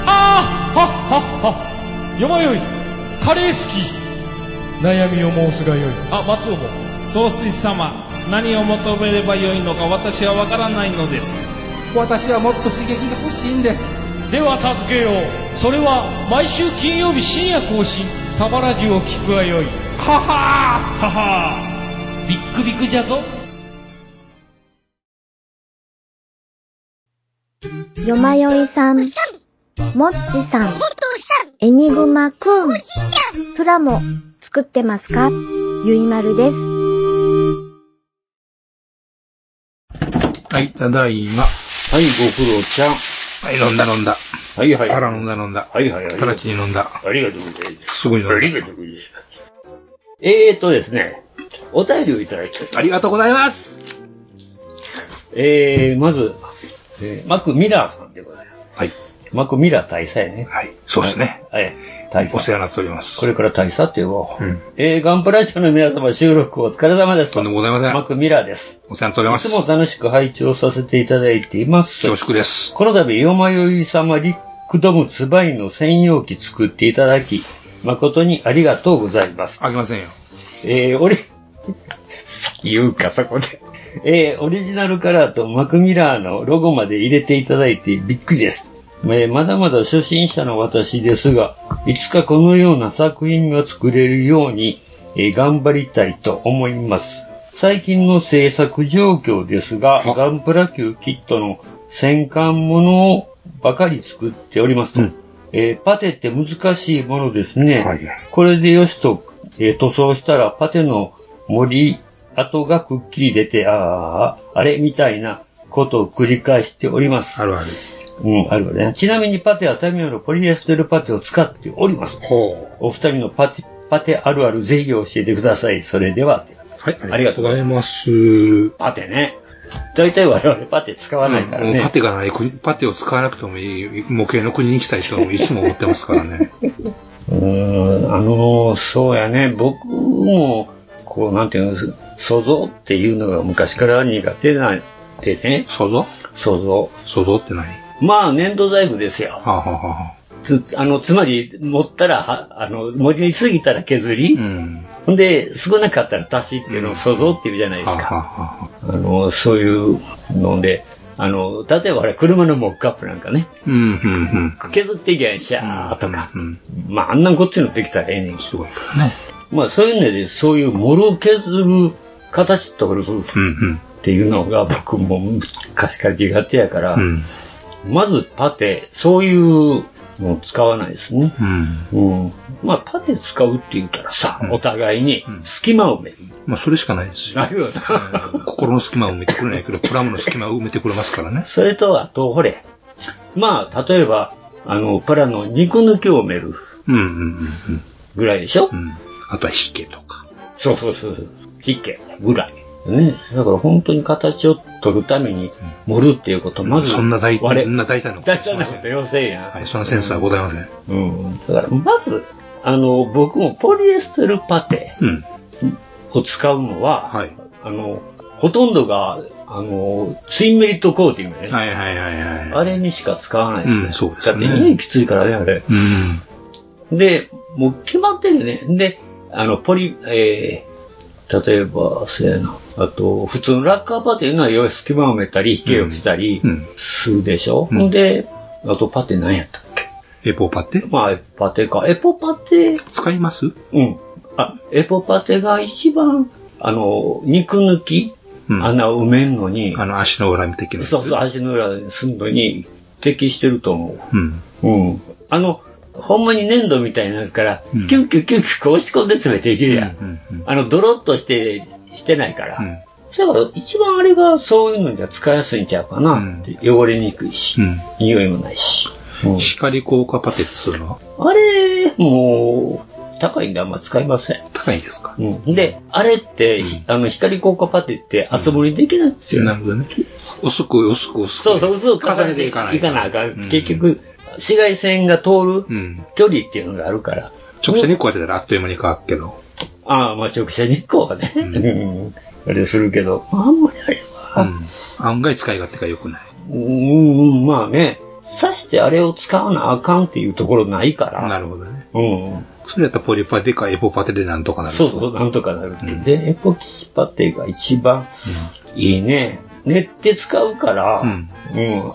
あはっはっは
よまよいカレー好き悩みを申すがよいあ松尾も
総帥様何を求めればよいのか私は分からないのです
私はもっと刺激が欲しいんですでは助けようそれは毎週金曜日深夜更新サバラジュを聞くがよいははははビックビックじゃぞ
よまよいさん、もっちさん、エニグマくん、プラモ作ってますかゆいまるです。
はい、ただいま。はい、ご苦労ちゃん。はい、飲んだ飲んだ。
はいはい。
あら飲んだ飲んだ。
はいはいはい。
たらちに飲んだ。
ありがとうございます。
すごい飲んだ。
ありがとうございます。えーとですね、お便りをいただいて
ありがとうございます。
えー、まず、えーマクミラーさんでございます。
はい。
マクミラー大佐やね。
はい、そうですね。
はい、大佐。
お世話になっております。
これから大佐って呼ぼう。
うん。
えー、ガンプラジオの皆様収録お疲れ様です。
とんでもございません。
マクミラーです。
お世話になっておりま
い
す。
つも楽しく拝聴させていただいています。
恐縮です。
この度、よまよい様リックドムツバイの専用機作っていただき、誠にありがとうございます。
あげませんよ。
えー、オリ、言うか、そこで。えー、オリジナルカラーとマクミラーのロゴまで入れていただいてびっくりです。えーまだまだ初心者の私ですが、いつかこのような作品が作れるように、えー頑張りたいと思います。最近の制作状況ですが、ガンプラ級キットの戦艦ものをばかり作っておりますと。えーパテって難しいものですね。これでよしと、えー塗装したらパテの森跡がくっきり出て、ああ、あれみたいなことを繰り返しております。
あるある。
うん、あるわね。ちなみにパテはタミヤのポリエステルパテを使っております。お二人のパテ、パテあるあるぜひ教えてください。それでは。
はい、
ありがとうござい
ます。
パテね。大体我々パテ使わないから
もう
ね。
パテがない国、パテを使わなくてもいい模型の国に来たいといつも思ってますか らね。
うーん、あのーそうやね、僕も、こう、なんていうの、想像っていうのが昔から苦手なんでね。
想像
想像。
想像って何
まあ、粘土細工ですよ。
はあ、はあはあ、
つ、あの、つまり、持ったら、はあの、盛りすぎたら削り、ほんで、少なかったら足しっていうのを想像っていうじゃないです
か。
あの、そういうので、あの、例えばあれ、車のモックアップなんかね、
うん、うん、うん。
削っていけんしゃーとか、まあ、あんなんこっちのできたらええねん。
すごい
まあ、そういうので、そういうもろ削る形取るっていうのが僕も昔から苦手やから、
うん
まずパテ、そういうのを使わないですね。うんまあ、パテ使うって言ったらさ、お互いに隙間を埋める。
まあ、それしかないですよ。
なるよな。
心の隙間を埋めてくれないけど、プラムの隙間を埋めてくれますからね。
それと、あと、ほれ、まあ、例えば、あの、プラの肉抜きを埋める
うん、うん、うん。
ぐらいでしょ、
あとはヒケとか。
そうそうそうそう。ヒケぐらい。ね。だから本当に形を取るために盛るっていうこと、まず、
そんな大
我
そんな大胆なこと
大胆なこと要請やん。
はい、そんなセンスはございません。
うん。だから、まず、あの、僕もポリエステルパテ
うん。
を使うのは、
はい。
あの、ほとんどが、あの、ツインメリットコーティングね。
はいはいはいはい。
あれにしか使わないですね。
うんそうですね
だって匂いきついからね、あれ。で、もう決まってるね。で、あの、ポリ、えー、例えば、そうやな。あと、普通のラッカーパテいうのは、要は隙間を埋めたり、引けをしたりするでしょ。ほんで、あとパテ何やったっ
けエポパテ
まあ、エポパテか。エポパテ。
使います
うん。あ、エポパテが一番、あの、肉抜き、穴を埋めるのに、
あの、足の裏的なやつ。
そうそう、足の裏にすんのに適してると思う。
うん。
うん。あの、ほんまに粘土みたいになるから、
うん
キュッキュッキュッキュッこう押し込んで詰めていけるやん。
うん
あの、ドロッとして、してないから。だから、一番あれがそういうのには使いやすいんちゃうかなって。汚れにくいし、匂いもないし。
光効果パテっつうのは
あれ、もう、高いんであんま使いません。
高いですか
うん。で、あれって、ひあの、光効果パテって厚盛りできないんですよ。
なるほどね。薄く薄く薄く。
そうそう、薄く重ねていかないかなあかん。結局、紫外線が通
る
距離っていうのがあるから。
直射日光当てたらあっという間に乾くけど。
ああ、まあ直射日光はね、うんあれするけど、あんまりあれは、
案外使い勝手が良くない。
うん、うん、まあね、刺してあれを使わなあかんっていうところないから。なるほどね。うん。
それやったらポリパテかエポパテでなんとかなる。
そうそう、なんとかなるって。で、エポキシパテが一番いいね。練って使うから、うん、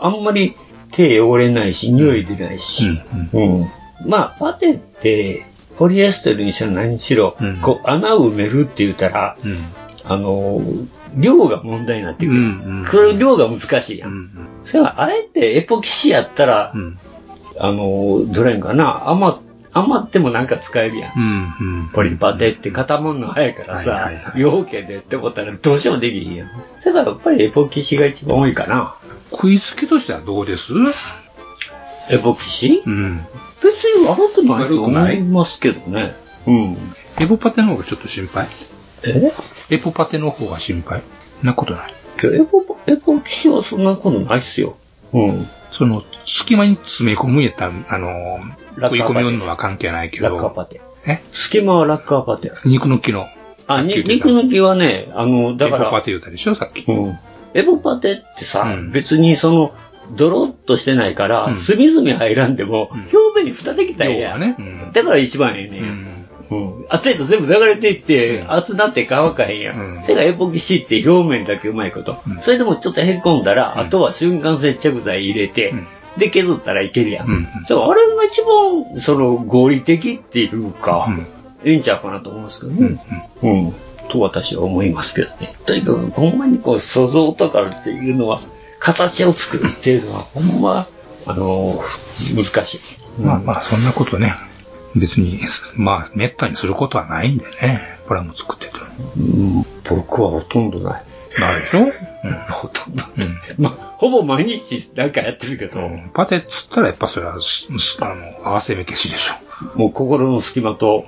あんまり手汚れないし、匂い出ないし。うんまあ、パテって、ポリエステルにしろ何にしろ、こう、穴を埋めるって言ったら、あの、量が問題になってくる。これ量が難しいやん。それは、あえてエポキシやったら、あの、どれんかな、余っ余ってもなんか使えるやん。ポリパテって固まるの早いからさ、両家でって思ったらどうしてもできひんやん。ただやっぱりエポキシが一番多いかな。食いつきとしてはどうですエポキシうん。別に悪くないと思いますけどね。うん。
エポパテの方がちょっと心配
え
エポパテの方が心配なことない。
エポ、エポキシはそんなことないっすよ。うん。
その、隙間に詰め込むんやったら、あのー、
落
追い
下パ
込
テ
みよんのは関係ないけど。
落下パテ。
え
隙間はラッカーパテ。
肉の木の。
あ、に肉抜きはね、あの、だから。
エポパテ言うたでしょ、さっき。
うん。エボパテってさ、別にその、ドロッとしてないから、隅々入らんでも、表面に蓋できたらええやん。だから一番ええねん。うん。熱いと全部流れていって、熱なって乾かへんやん。それがエポキシって表面だけうまいこと。それでもちょっとへこんだら、あとは瞬間接着剤入れて、で削ったらいけるやん。そうあれが一番、その、合理的っていうか、いいんちゃうかなと思うんですけどね。うん。と私は思いますけどね。とにかく、ほんまにこう、塑像とかっていうのは、形を作るっていうのは、ほんま、あの、難しい。
まあまあ、そんなことね、別に、まあ、滅多にすることはないんでね、プラモ作ってても。
僕はほとんどない。
ないでしょ、
ほとんど、まあ、ほぼ毎日なんかやってるけど、
パテっつったらやっぱそれは、すすあの、合わせ目消しでしょ。
もう心の隙間と、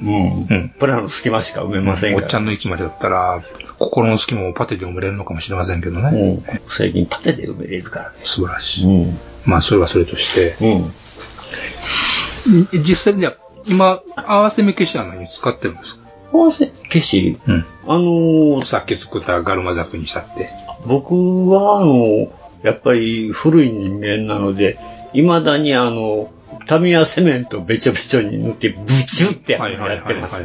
うん、プラの隙間しか埋めません
お
か
っ
ら。
ちゃんの息までだったら、心の隙間をパテで埋めれるのかもしれませんけどね。
最近パテで埋めれるからね。
素晴らしい。まあ、それはそれとして。い実際には、今、合わせ目消しは何使ってるんですか
合わせ消し、あの
さっき作ったガルマザクにしたって。
僕は、あの、やっぱり古い人間なので、未だにあの、タミヤセメントべちょべちょに塗って、ブチュってやってます。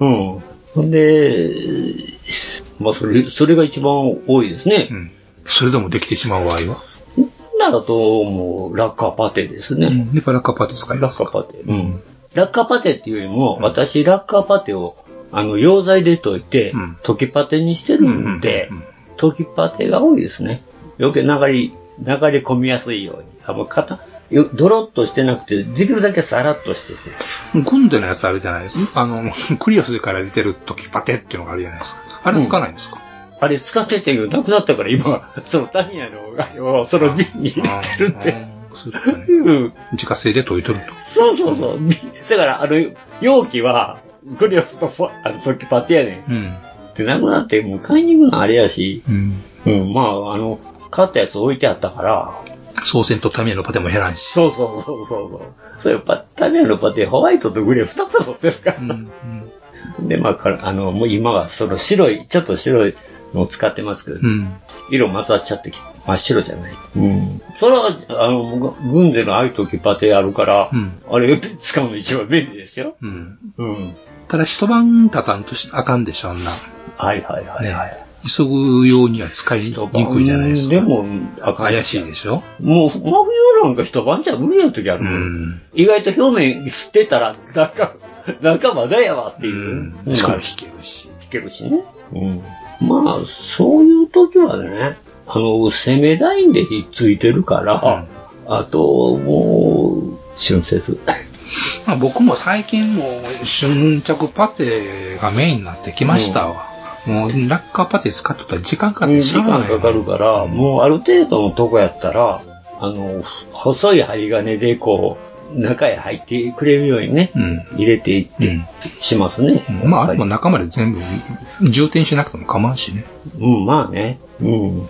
うん。ほんで、まあ、それ、それが一番多いですね。
それでもできてしまう場合は
だと、もう、ラッカーパテですね。
やっぱラッカーパテ使います
ラッカーパテ。うん。ラッカーパテっていうよりも、私、ラッカーパテを、あの、溶剤で溶いて、溶きパテにしてるんで、溶きパテが多いですね。余計流れ、流れ込みやすいように。あもう型よドロッとしてなくて、できるだけサラッとしてて。
今度のやつあるじゃないですか。あの、 クリアするから出てる時パテっていうのがあるじゃないですか。あれ使わないんですか、
あれ使ってて言うなくなったから今、そのタミヤのあれをその瓶に入れてるんで。うん。
自家製で溶いとると。
そうそうそう。みだから、あの、容器は、グリオスとフォあの、時パテやねん。で、なくなって、もう買いに行くのあれやし、
うん。
うん、まあ、あの、買ったやつ置いてあったから、
総選とタミヤのパテも減らんし。
そうそうそうそうそう。そういうパタミヤのパテ、ホワイトとグレー2つ持ってるから。で、まあから、あの、もう今は、その白い、ちょっと白いのを使ってますけど、
うん。
色混ざっちゃってき真っ白じゃない。うん。それは、あの、軍でのああいう時パテあるから、あれ、使うの一番便利ですよ。
うん。
うん。
ただ一晩たたんとしあかんでしょ、あんな。
はいはいはい、
ね。急ぐようには使いにくいじゃないですか。
でも、
怪しいでしょ
もう、真冬なんか一晩じゃ無理な時あるもん、意外と表面吸ってたら、なんか、なんかまだやわっていう。
しかも弾
けるし。弾けるしね。まあ、そういう時はね、あの、攻めラインでひっついてるから、あと、もう、春節。
まあ、僕も最近もう、瞬着パテがメインになってきましたわ。もう、ラッカーパテ使っとったら時間かかってし
時
まう
間かかるから、もうある程度のとこやったら、あの、細い針金でこう、中へ入ってくれるようにね、入れていってしますね。
まあ、あれも中まで全部、充填しなくても構わんしね。
うん、まあね。うん。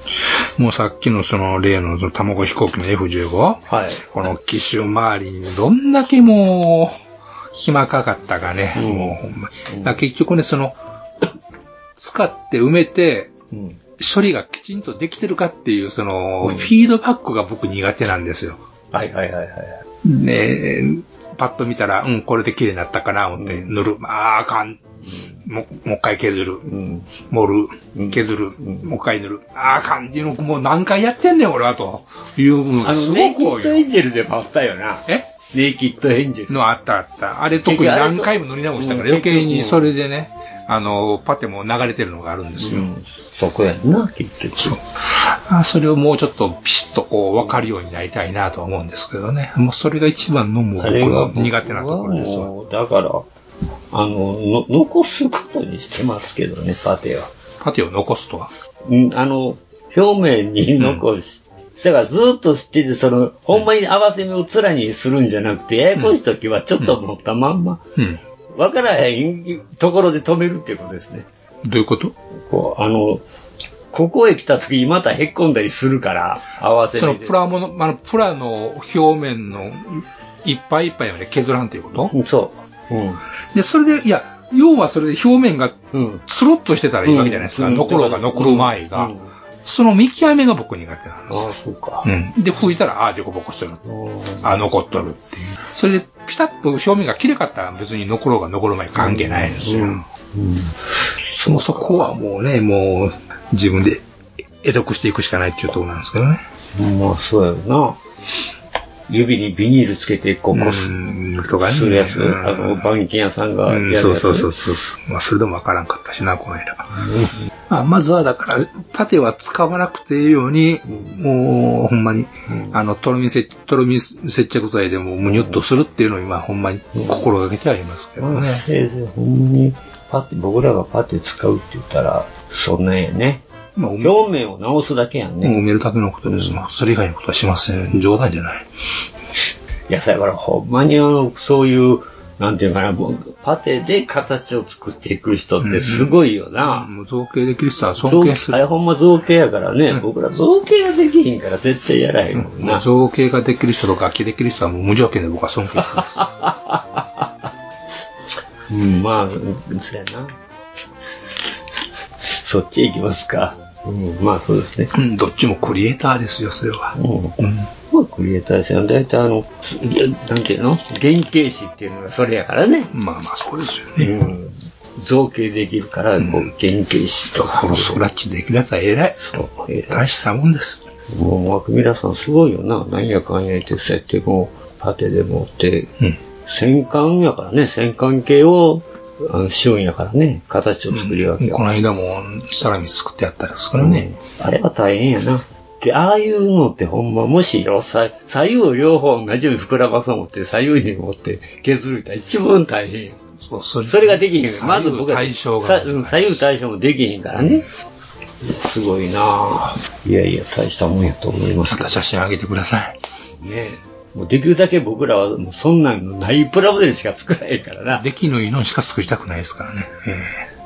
もうさっきのその例のその卵飛行機の F15?
はい。
この機種周りにどんだけもう、暇かかったかね。もうほんま。だから結局ね、その、 使って埋めて、処理がきちんとできてるかっていう、その、フィードバックが僕苦手なんですよ。
はいはいはいはい。
で、パッと見たら、うん、これで綺麗になったかな、思って、塗る。あーあかん。もう、もう一回削る。盛る。削る。もう一回塗る。あーあかんっていうの、もう何回やってんねん、俺は、という部分
あの、
すご
ネイ
く
キ
多
ッ
い
ド
よ。
エンジェルでもあったよな。
え
ネイキッドエンジェル。
のあったあった。あれ特に何回も塗り直したから余計にそれでね、あの、パテも流れてるのがあるんですよ。
そこやんな、結局。
あそれをもうちょっとピシッとこう分かるようになりたいなとは思うんですけどね。もうそれが一番のもう僕の苦手なところですわ。
もうだから、あのの、残すことにしてますけどね、パテは。
パテを残すとは
うん、あの、表面に残し、だからずっと知ってて、その、ほんまに合わせ目を面にするんじゃなくて、ややこしい時はちょっと持ったまんま、
うん。
わからへんところで止めるっていうことですね。
どういうこと
こう、あの、ここへ来た時にまたへっこんだりするから、合わせ
その
目で
プ。ラモの、あの、プラの表面のいっぱいいっぱいまで削らんということ
そう。
で、それで、いや、要はそれで表面がつろっとしてたらいいわけじゃないですか。
うん
残ろうが残る前が。その見極めが僕苦手なんですよ。
あそうか。
うん。で、拭いたら、ああ、デコボコしてる。あ残っとるっていう。それで、ピタッと表面が綺麗かったら別に残ろうが残る前関係ないんですよ。そもうそこはもうね、もう自分で得得していくしかないっていうところなんですけどね。
まあ、そうやろな。指にビニールつけて、こう、こ
す。とかね
するやつ。
うん
あの、板金屋さんがや
う
る
ん
やつ。
そうそうそうそうそう。まあ、それでもわからんかったしな、この間。まあ、まずは、だから、パテは使わなくていいように、もう、ほんまに、あの、とろみせ、とろみ接着剤でも、むにゅっとするっていうのを今、ほんまに心がけてはいますけど
まあ
ね。
せいぜいほんまに、パッて、僕らがパッて使うって言ったら、そんなんやね。表面を直すだけやんね。
もう埋めるためのことですもん。それ以外のことはしません。冗談じゃない。
いや、だからほんまにあの、そういう、なんていうかな、もうパテで形を作っていく人ってすごいよな。
もう造形できる人は尊敬す
る。あれほんま造形やからね、僕ら造形ができひんから絶対やらへんもんな。
造形ができる人と楽器できる人はもう無条件で僕は尊敬して ます。
うん、まあ、そうやな。そっち行きますか。うん、まあそうですね。
うん、どっちもクリエイターですよ、それは。
うん。まあクリエイターですよ。大体あの、いやなんていうの原型師っていうのがそれやからね。
まあまあそうですよ
ね。うん。造形できるから、こう、原型師と。この
スクラッチできるやつは偉い。
そう、偉い。
大したもんです。
もう、マクミラさんすごいよな。何やかんや言って、そうやってもう、パテでもって、戦艦やからね、戦艦系を、あの、シュンやからね、形を作り分け、
この間も、さらに作ってやったですからね。
あれは大変やな。で、ああいうのってほんま、もしよ、さ左右両方同じように膨らまそう思って、左右に持って削るみたい一番大変や。
そう、それ
ができへん。まず僕は
左右対称が
さうん左右対称もできへんからね。すごいなぁ。いやいや、大したもんやと思います
また写真あげてください。
ねえ。もうできるだけ僕らはもうそんなんのないプラモデルしか作らへんからな。
できのいいのしか作りたくないですからね。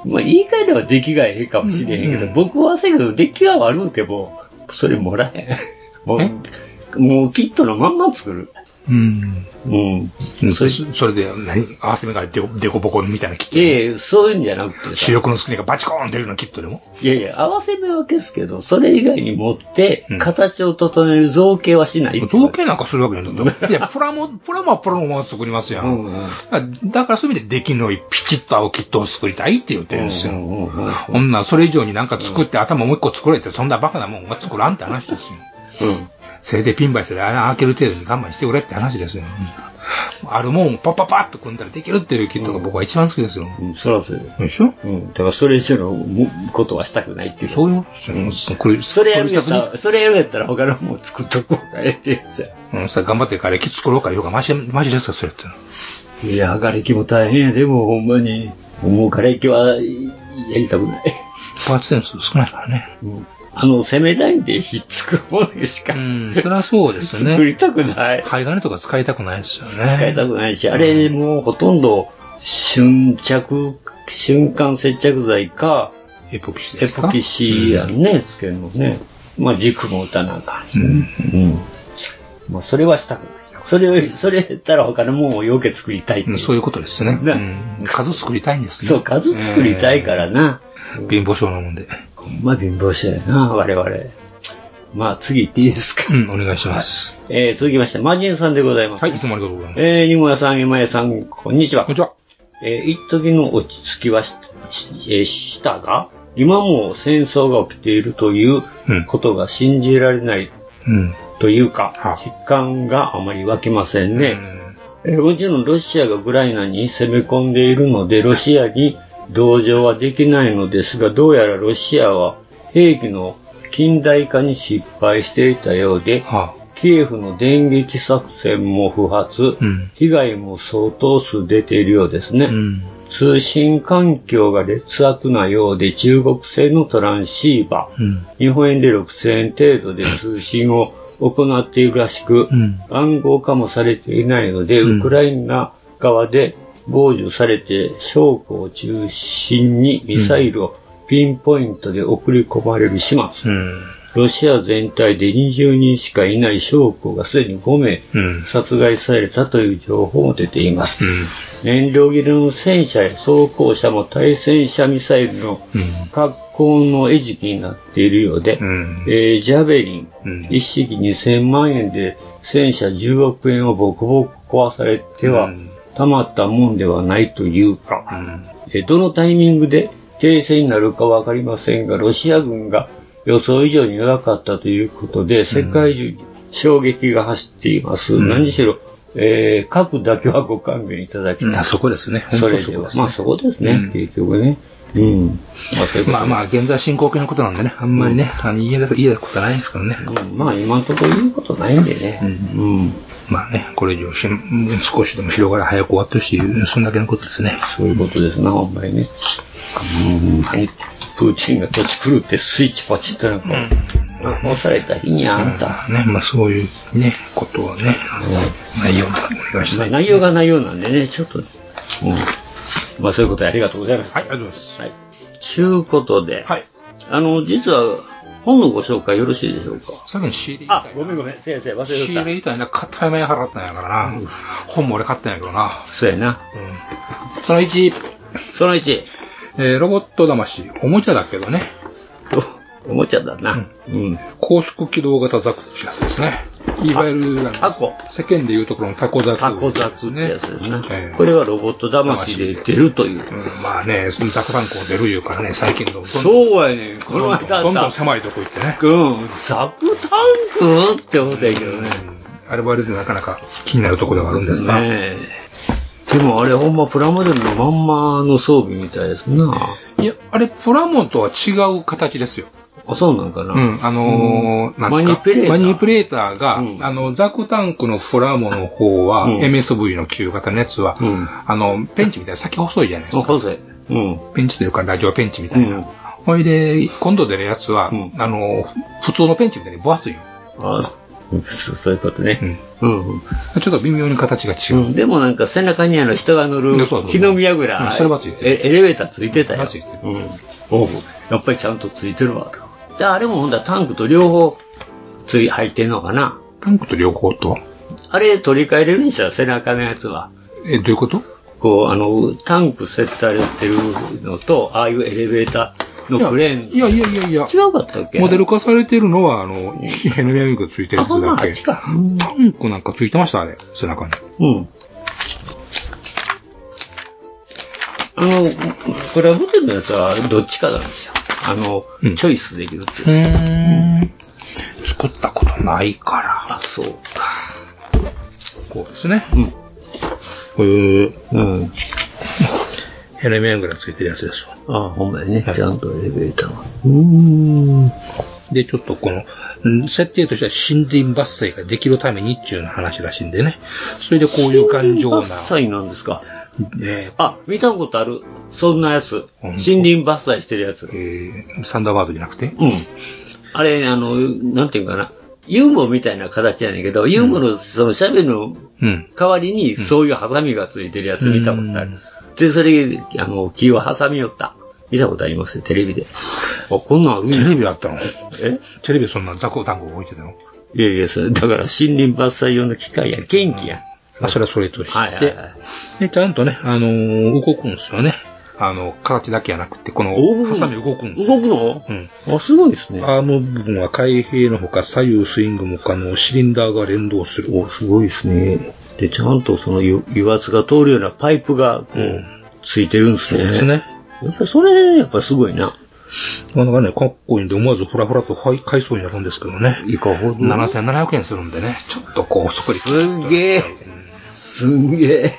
まあ言い換えれば出来がええかもしれへんけど、僕はせやけど出来が悪うても、それもらえん。もう、もうキットのまんま作る。
うん。
うん。
それそれで、何合わせ目がデコデコボコみたいなキット。
いやいや、そういうんじゃなくて
主力の少ないがバチコーンっていうようなキットでも。
いやいや、合わせ目は消すけど、それ以外に持って、形を整える造形はしない。造
形なんかするわけじゃないや、プラモ、プラモはプラモは作りますやん。だからそういう意味で、出来のいいピチッと合うキットを作りたいって言ってるんですよ。女、それ以上になんか作って頭もう一個作れって、そんなバカなもんが作らんって話ですよ。それでピンバイする穴開ける程度に我慢してくれって話ですよ。あるもん、パッパッパッと組んだらできるっていうキットが僕は一番好きですよ。
うん、そらそう
でしょ
うん。だからそれ以上のもことはしたくないっていう。
そうよ。そ
それやるんやったら、それやるんやったら他のもん作っとこうかええってやつや。
うん、さ、頑張ってから、キッ作ろうから、よがマジ、マジですか、それって。
いや、がれきも大変やでも、ほんまに。もうがれきは、やりたくない。
パーツ点数少ないからね。
あの、攻めたいんで、ひっつくものしか。
うん、それはそうですね。
作りたくない。
針金とか使いたくないですよね。
使いたくないし、あれもうほとんど瞬着、瞬間接着剤か、
エポキシ
エポキシやんね、つけるのね。まあ軸も打たなあかんし。うん。まあそれはしたくない。それを、それやったら他のもんをよけ作りたいっていう。
そういうことですね。うん数作りたいんですね。
そう、数作りたいからな。
貧乏症なもんで。
ほんま貧乏症やな、我々。まあ、次行っていいですか。
うん、お願いします。
えー、続きまして、マジンさんでございます。
はい、いつもありがとうございます。
えー、にもやさん、今やさん、こんにちは。こん
にちは。
えー、一時の落ち着きはし、しえーしたが、今も戦争が起きているということが信じられない
うん。
というか、実感があまり湧きませんね。えーもちろんロシアがウクライナに攻め込んでいるので、ロシアに同情はできないのですが、どうやらロシアは兵器の近代化に失敗していたようで、キエフの電撃作戦も不発、被害も相当数出ているようですね。通信環境が劣悪なようで、中国製のトランシーバー、
うん。
日本円で6000円程度で通信を行っているらしく、
うん
暗号化もされていないので、ウクライナ側で傍受されて、将校を中心にミサイルをピンポイントで送り込まれる始末。
うん。
ロシア全体で20人しかいない将校がすでに5名
うん。
殺害されたという情報も出ています。
うん。
燃料切れの戦車や装甲車も対戦車ミサイルの格好の餌食になっているようで、えージャベリン、
うん
一式2000万円で戦車10億円をボコボコ壊されては、たまったもんではないというか、えーどのタイミングで停戦になるかわかりませんが、ロシア軍が予想以上に弱かったということで、世界中に衝撃が走っています。
うん
何しろ、えー核だけはご勘弁いただきたい。
そこですね。
それでは、まあそこですね、結局ね。うん。まあそういうこと
まあまあ、現在進行形のことなんでね、あんまりね、あの言える言えることはないんですけどね。
まあ今のところ言うことないんでね。うん。
まあね、これ以上し、少しでも広がり早く終わってほしい、そんだけのことですね。
そういうことですな、ほんまにね。うん、はい。プーチンが土地狂ってスイッチパチッとなんか、押された日にあんた。
ね、まあそういうね、ことはね、あの内容もお願いし
ま
た
あ
い。
内容が内容なんでね、ちょっとね、うん。まあそういうことでありがとうございました。
はい、ありがとうございます。
はい。ちゅうことで、
はい。
あの、実は、本のご紹介よろしいでしょうか
さっきの CD
あ、ごめんごめん、先生、忘れてた。
仕入れたいな、片山に払ったんやからな。本も俺買ったんやけどな。
そうやな。
その1。
その1。
えーロボット魂。おもちゃだけどね。
おもちゃだな。うん。
高速機動型ザクってやつですね。いわゆる、タ
コ。
世間でいうところのタコザク。タコ
ザクってやつですね。これはロボット魂で出るという。
まあね、そのザク炭鉱出るいうからね、最近の。
そうやねん。この間あった
どんどん狭いとこ行ってね。
うん。ザクタンクって思ったんやけどね。
あれはあれでなかなか気になるところではあるんですが。
ねえ。でもあれほんまプラモデルのまんまの装備みたいですな。
いや、あれ、プラモとは違う形ですよ。
あ、そうなんかな。
うん、あのー
うん
なん
マ
すか
ニピュレーター
マニピュレーターが、あの、ザクタンクのプラモの方は、
うん
MSV の旧型のやつは、あの、ペンチみたいな先細いじゃないですか。
細い。うん。
ペンチというか、ラジオペンチみたいな。
うん
ほいで、今度出るやつは、あの、普通のペンチみたいに分厚いよ。
あそそういうことね。うん。うん
ちょっと微妙に形が違う。
でもなんか背中にあの人が乗る
そうそう
木の宮倉、
うんそれはついて
エエレベーターついてたよ。うん。おうやっぱりちゃんとついてるわと。で、あれもほんだらタンクと両方つい入ってんのかな。
タンクと両方と
あれ取り替えれるんじゃ背中のやつは。
え、どういうこと
こう、あの、タンクセットされてるのと、ああいうエレベーターのクレーン。
いやいやいやいや。
違うかったっけ
モデル化されてるのは、あの、ヘルメットついてるやつだけ。
タ
ンクなんかついてました、あれ。背中に。
うん。あの、プラモデルのやつはどっちかなんですよ。あの、チョイスできるっていう。
作ったことないから。
あ、そうか。
こうですね。
うん。
こういう、
うん。
ヘルメングラついてるやつですわ。
ああ、ほんまやね。ちゃんとエレベーターが。
で、ちょっとこの、うん設定としては森林伐採ができるためにっていうような話らしいんでね。それでこういう頑丈な。
サインなんですか。
え
あ、見たことある。そんなやつ。森林伐採してるやつ。
ーサンダーバードじゃなくて
うん。あれ、あの、なんていうかな。ユーモみたいな形やねんけど、ユーモの、そのシャベルの
うん。
代わりに、そういうハサミがついてるやつ見たことある。で、それ、あの、木を挟み寄った。見たことありますよ、テレビで。あ、こんなんあるんや
テレビあったの
え
テレビそんな雑魚単語置いてたの
いやいや、それ、だから森林伐採用の機械や、元気や。
まあ、それはそれとして。
はいはいはい
で、ちゃんとね、あのー動くんですよね。あの、形だけじゃなくて、この、ハサミ動くんです動
くの
うん。
あ、すごいですね。
アーム部分は開閉のほか左右スイングも可能、シリンダーが連動する。
お、すごいですね。で、ちゃんとその油油圧が通るようなパイプが、こう、ついてるんですね。
そうですね。
やっぱりそれ、やっぱすごいな。
なんかね、かっこいいんで、思わずフラフラと買い買いそうになるんですけどね。
いかほど。
7700円するんでね、ちょっとこう、そこに。
すんげえ。すんげえ。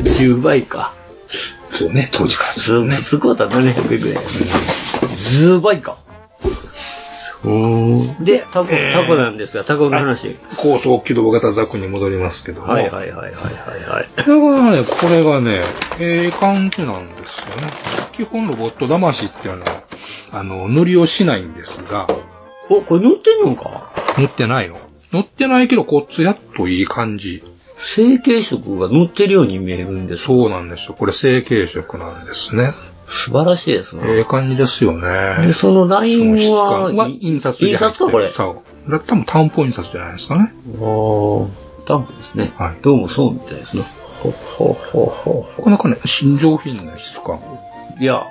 10倍か。
そうね、当時から
するね。すごいだ、700円ぐらい。10倍か。で、タコ、タコなんですが、タコの話。
高層機動型ザクに戻りますけども。
はいはいはいはいはいはい。
だからね、これがね、ええ感じなんですよね。基本ロボット魂っていうのは、あの、塗りをしないんですが。
お、これ塗ってんのか
塗ってないの。塗ってないけど、こう、つやっといい感じ。
成形色が塗ってるように見えるんです
そうなんですよ。これ成形色なんですね。
素晴らしいですね。
ええ感じですよね。
でそのラインは
その質感印刷入れ
印刷かこれ
そう。多分担保印刷じゃないですかね。
おダンプですね。
はい。
どうもそうみたいですね。ほほほほほ。
なかなかね、新上品な質感。
いや、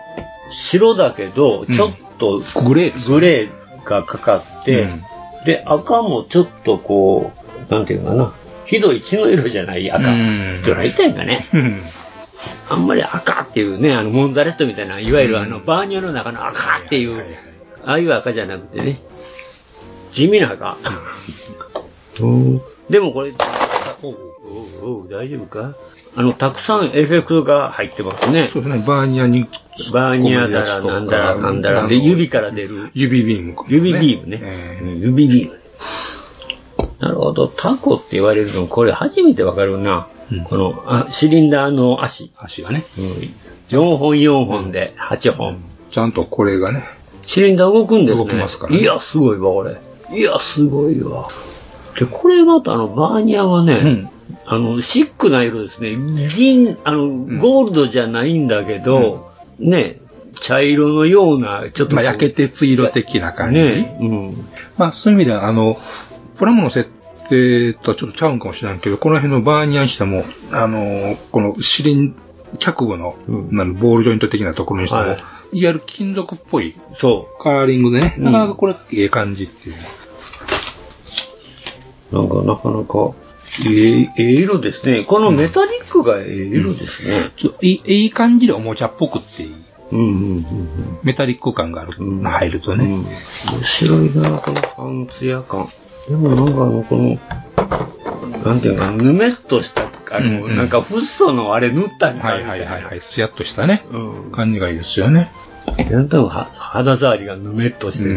白だけど、ちょっと、
グレー、
グレーがかかって、で、赤もちょっとこう、なんていうのかな、ひどい血の色じゃない赤。
うん
どない言いたいんかね。あんまり赤っていうね、あの、モンザレットみたいな、いわゆるあの、バーニャの中の赤っていう、ああいう赤じゃなくてね、地味な赤。でもこれ、おうおうおう大丈夫かあの、たくさんエフェクトが入ってますね。
そうですね、バーニャに。
バーニャだら、なんだら、なんだら、で、指から出る。
指ビームかね、
指ビームね。うん指ビーム。なるほど。タコって言われるの、これ初めてわかるな。このあシリンダーの足。
足がね。
うん、4本4本で8本。
ちゃんとこれがね。
シリンダー動くんですね。
動きますからね
いや、すごいわ、これ。いや、すごいわ。で、これまたあの、バーニャはね、あの、シックな色ですね。銀、あの、ゴールドじゃないんだけど、ね、茶色のような、ちょっとこう。
まあ、焼けてつ色的な感じ。
ねうん。
まあ、そういう意味では、あの、プラモの設定とはちょっとちゃうんかもしれんけど、この辺のバーニャン下も、あの、このシリン、脚部の、なのボールジョイント的なところにしても、
はい
いわゆる金属っぽい、
そう。
カーリングでね、
うん
なかなかこれ、ええ感じっていう。
なんか、なかなか、ええええ色ですね。このメタリックがええ色ですね。
いいいい感じでおもちゃっぽくっていう。
うんうんうん
メタリック感がある、入るとね。
面白いな、この半ツヤ感。でもなんかあの、この、なんていうか、ぬめっとした、あの、なんか、フッ素のあれ塗ったみたいな。はいはい
はいはい。ツヤっとしたね。
うん。
感じがいいですよね。
なんとなくは肌触りがぬめっとしてる。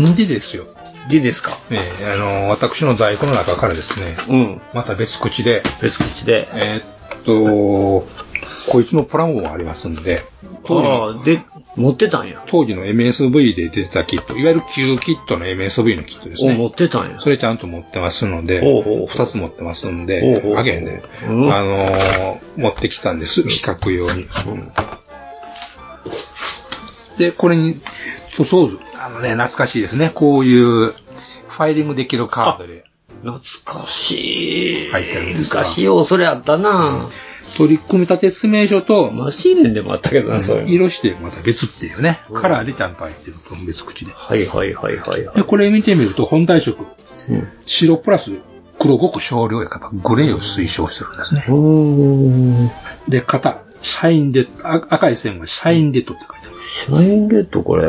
んでですよ。
でですか
ええあの、私の在庫の中からですね、
うん。
また別口で、
別口で、
えーっと、こいつのプラモもありますんで、
ああ、で、持ってたんや。
当時の MSV で出てたキット、いわゆる旧キットの MSV のキットですね。
お持ってたんや。
それちゃんと持ってますので、
おう
二つ持ってますん
おう
で
おうお、う
あげんで、あ
うん
のー持ってきたんです、比較用に。で、これに、塗装図。あのね、懐かしいですね。こういう、ファイリングできるカードで。
懐かしい。
入ってるんですが
昔よ、それあったな、
取り組み立て説明書と、
マシーレンでもあったけどな、それ。
色してまた別っていうね。カラーでちゃんと入ってると、別口で。
はいはいはいはい、はい。
で、これ見てみると、本体色、
うん
白プラス黒ごく少量やから、グレーを推奨してるんですね。で、型、シャインデッド、あ赤い線がシャインデッドって書いてある。
シャインレッドこれ。へ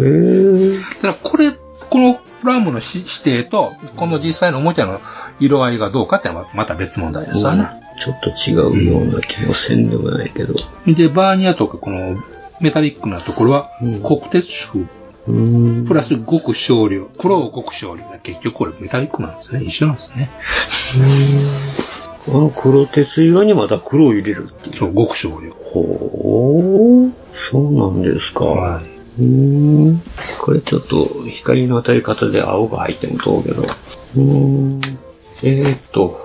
え。
ただ、これ、このプラムのし指定と、この実際のおもちゃの色合いがどうかってのはまた別問題ですわね。
ちょっと違うような気もせんでもないけど。
で、バーニアとかこのメタリックなところは黒鉄色、プラスごく少量、黒をごく少量。結局これメタリックなんですね。一緒なんですね。
この黒鉄色にまた黒を入れるっていう。
そう、極少量。
ほう、そうなんですか。うーん。これちょっと光の当たり方で青が入ってもどうけど。うーん。えー、っと、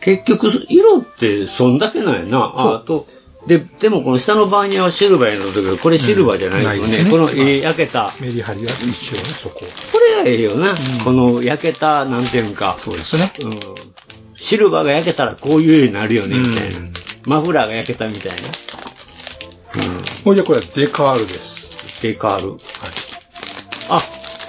結局、色ってそんだけなんやな。ああと、で、でもこの下のバーニアはシルバーやのだけど、これシルバーじゃないですよね。
うんないですね
この、えー焼けた。
メリハリは一応ね、そこ。
これがええよな、この焼けた、なんていうんか。
そうですね。
うん。シルバーが焼けたらこういうようになるよね、みたいな。マフラーが焼けたみたいな。
ほいで、これはデカールです。
デカール。はい。あ、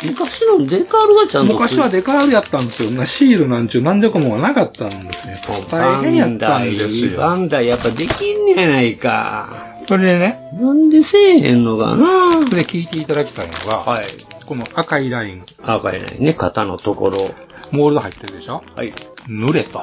昔のデカールがちゃんと
昔はデカールやったんですよ。なシールなんちゅう何百もなかったんですね。大変やったんですよ。
バンダイ、バンダイやっぱできんねやないか。
それでね。
なんでせえへんのかな
で、聞いていただきたいのが、この赤いライン、
赤いないね、型のところ。
モールド入ってるでしょ
はい。
塗れと。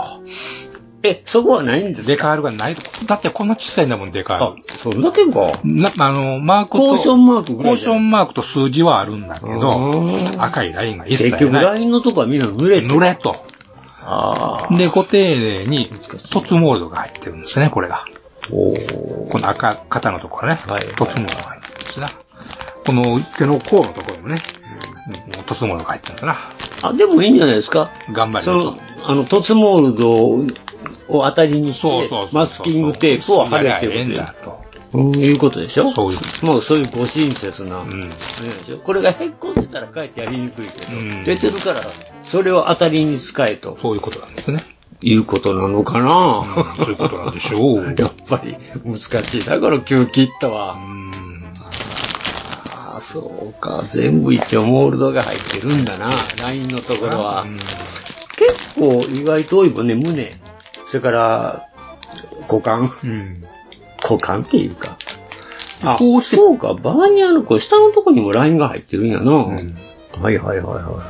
え、そこはないんです
かデカールがないと。だってこんな小さいんだもん、デカール。
そんだけか。
な、あの、マークと、
コーションマークぐ
コ
らい
ー
じ
シ
ゃな
ョ
い
ンマークと数字はあるんだけど、赤いラインが一切ない。
結局ラインのとこはみんな濡れて
濡れと。
あ
で、ご丁寧に、凸モールドが入ってるんですね、これが。この赤、肩のところね。凸モールドが入ってるんですな。この手の甲のところもね、うん凸モールドが入ってるんだな。
あ、でもいいんじゃないですか。
頑張り
そ
ましょう
の、あの、トツモールドを当たりにして、マスキングテープを貼れって
やりゃええん
こ
だと。
とで。いうことでしょ
そう
いうもうそういうご親切な、あれなんですよこれがへっこんでたらかえってやりにくいけど、出てるから、それを当たりに使えと。
そういうことなんですね。
いうことなのかな、
そういうことなんでしょ う。
やっぱり難しい。だから急切ったわ。ああ、そうか。全部一応モールドが入ってるんだな。ラインのところは。結構意外と多いもんね、胸。それから、股間。股間っていうか。あ、そうか。バーニャのこう下のところにもラインが入ってるんやな。はいはいはいは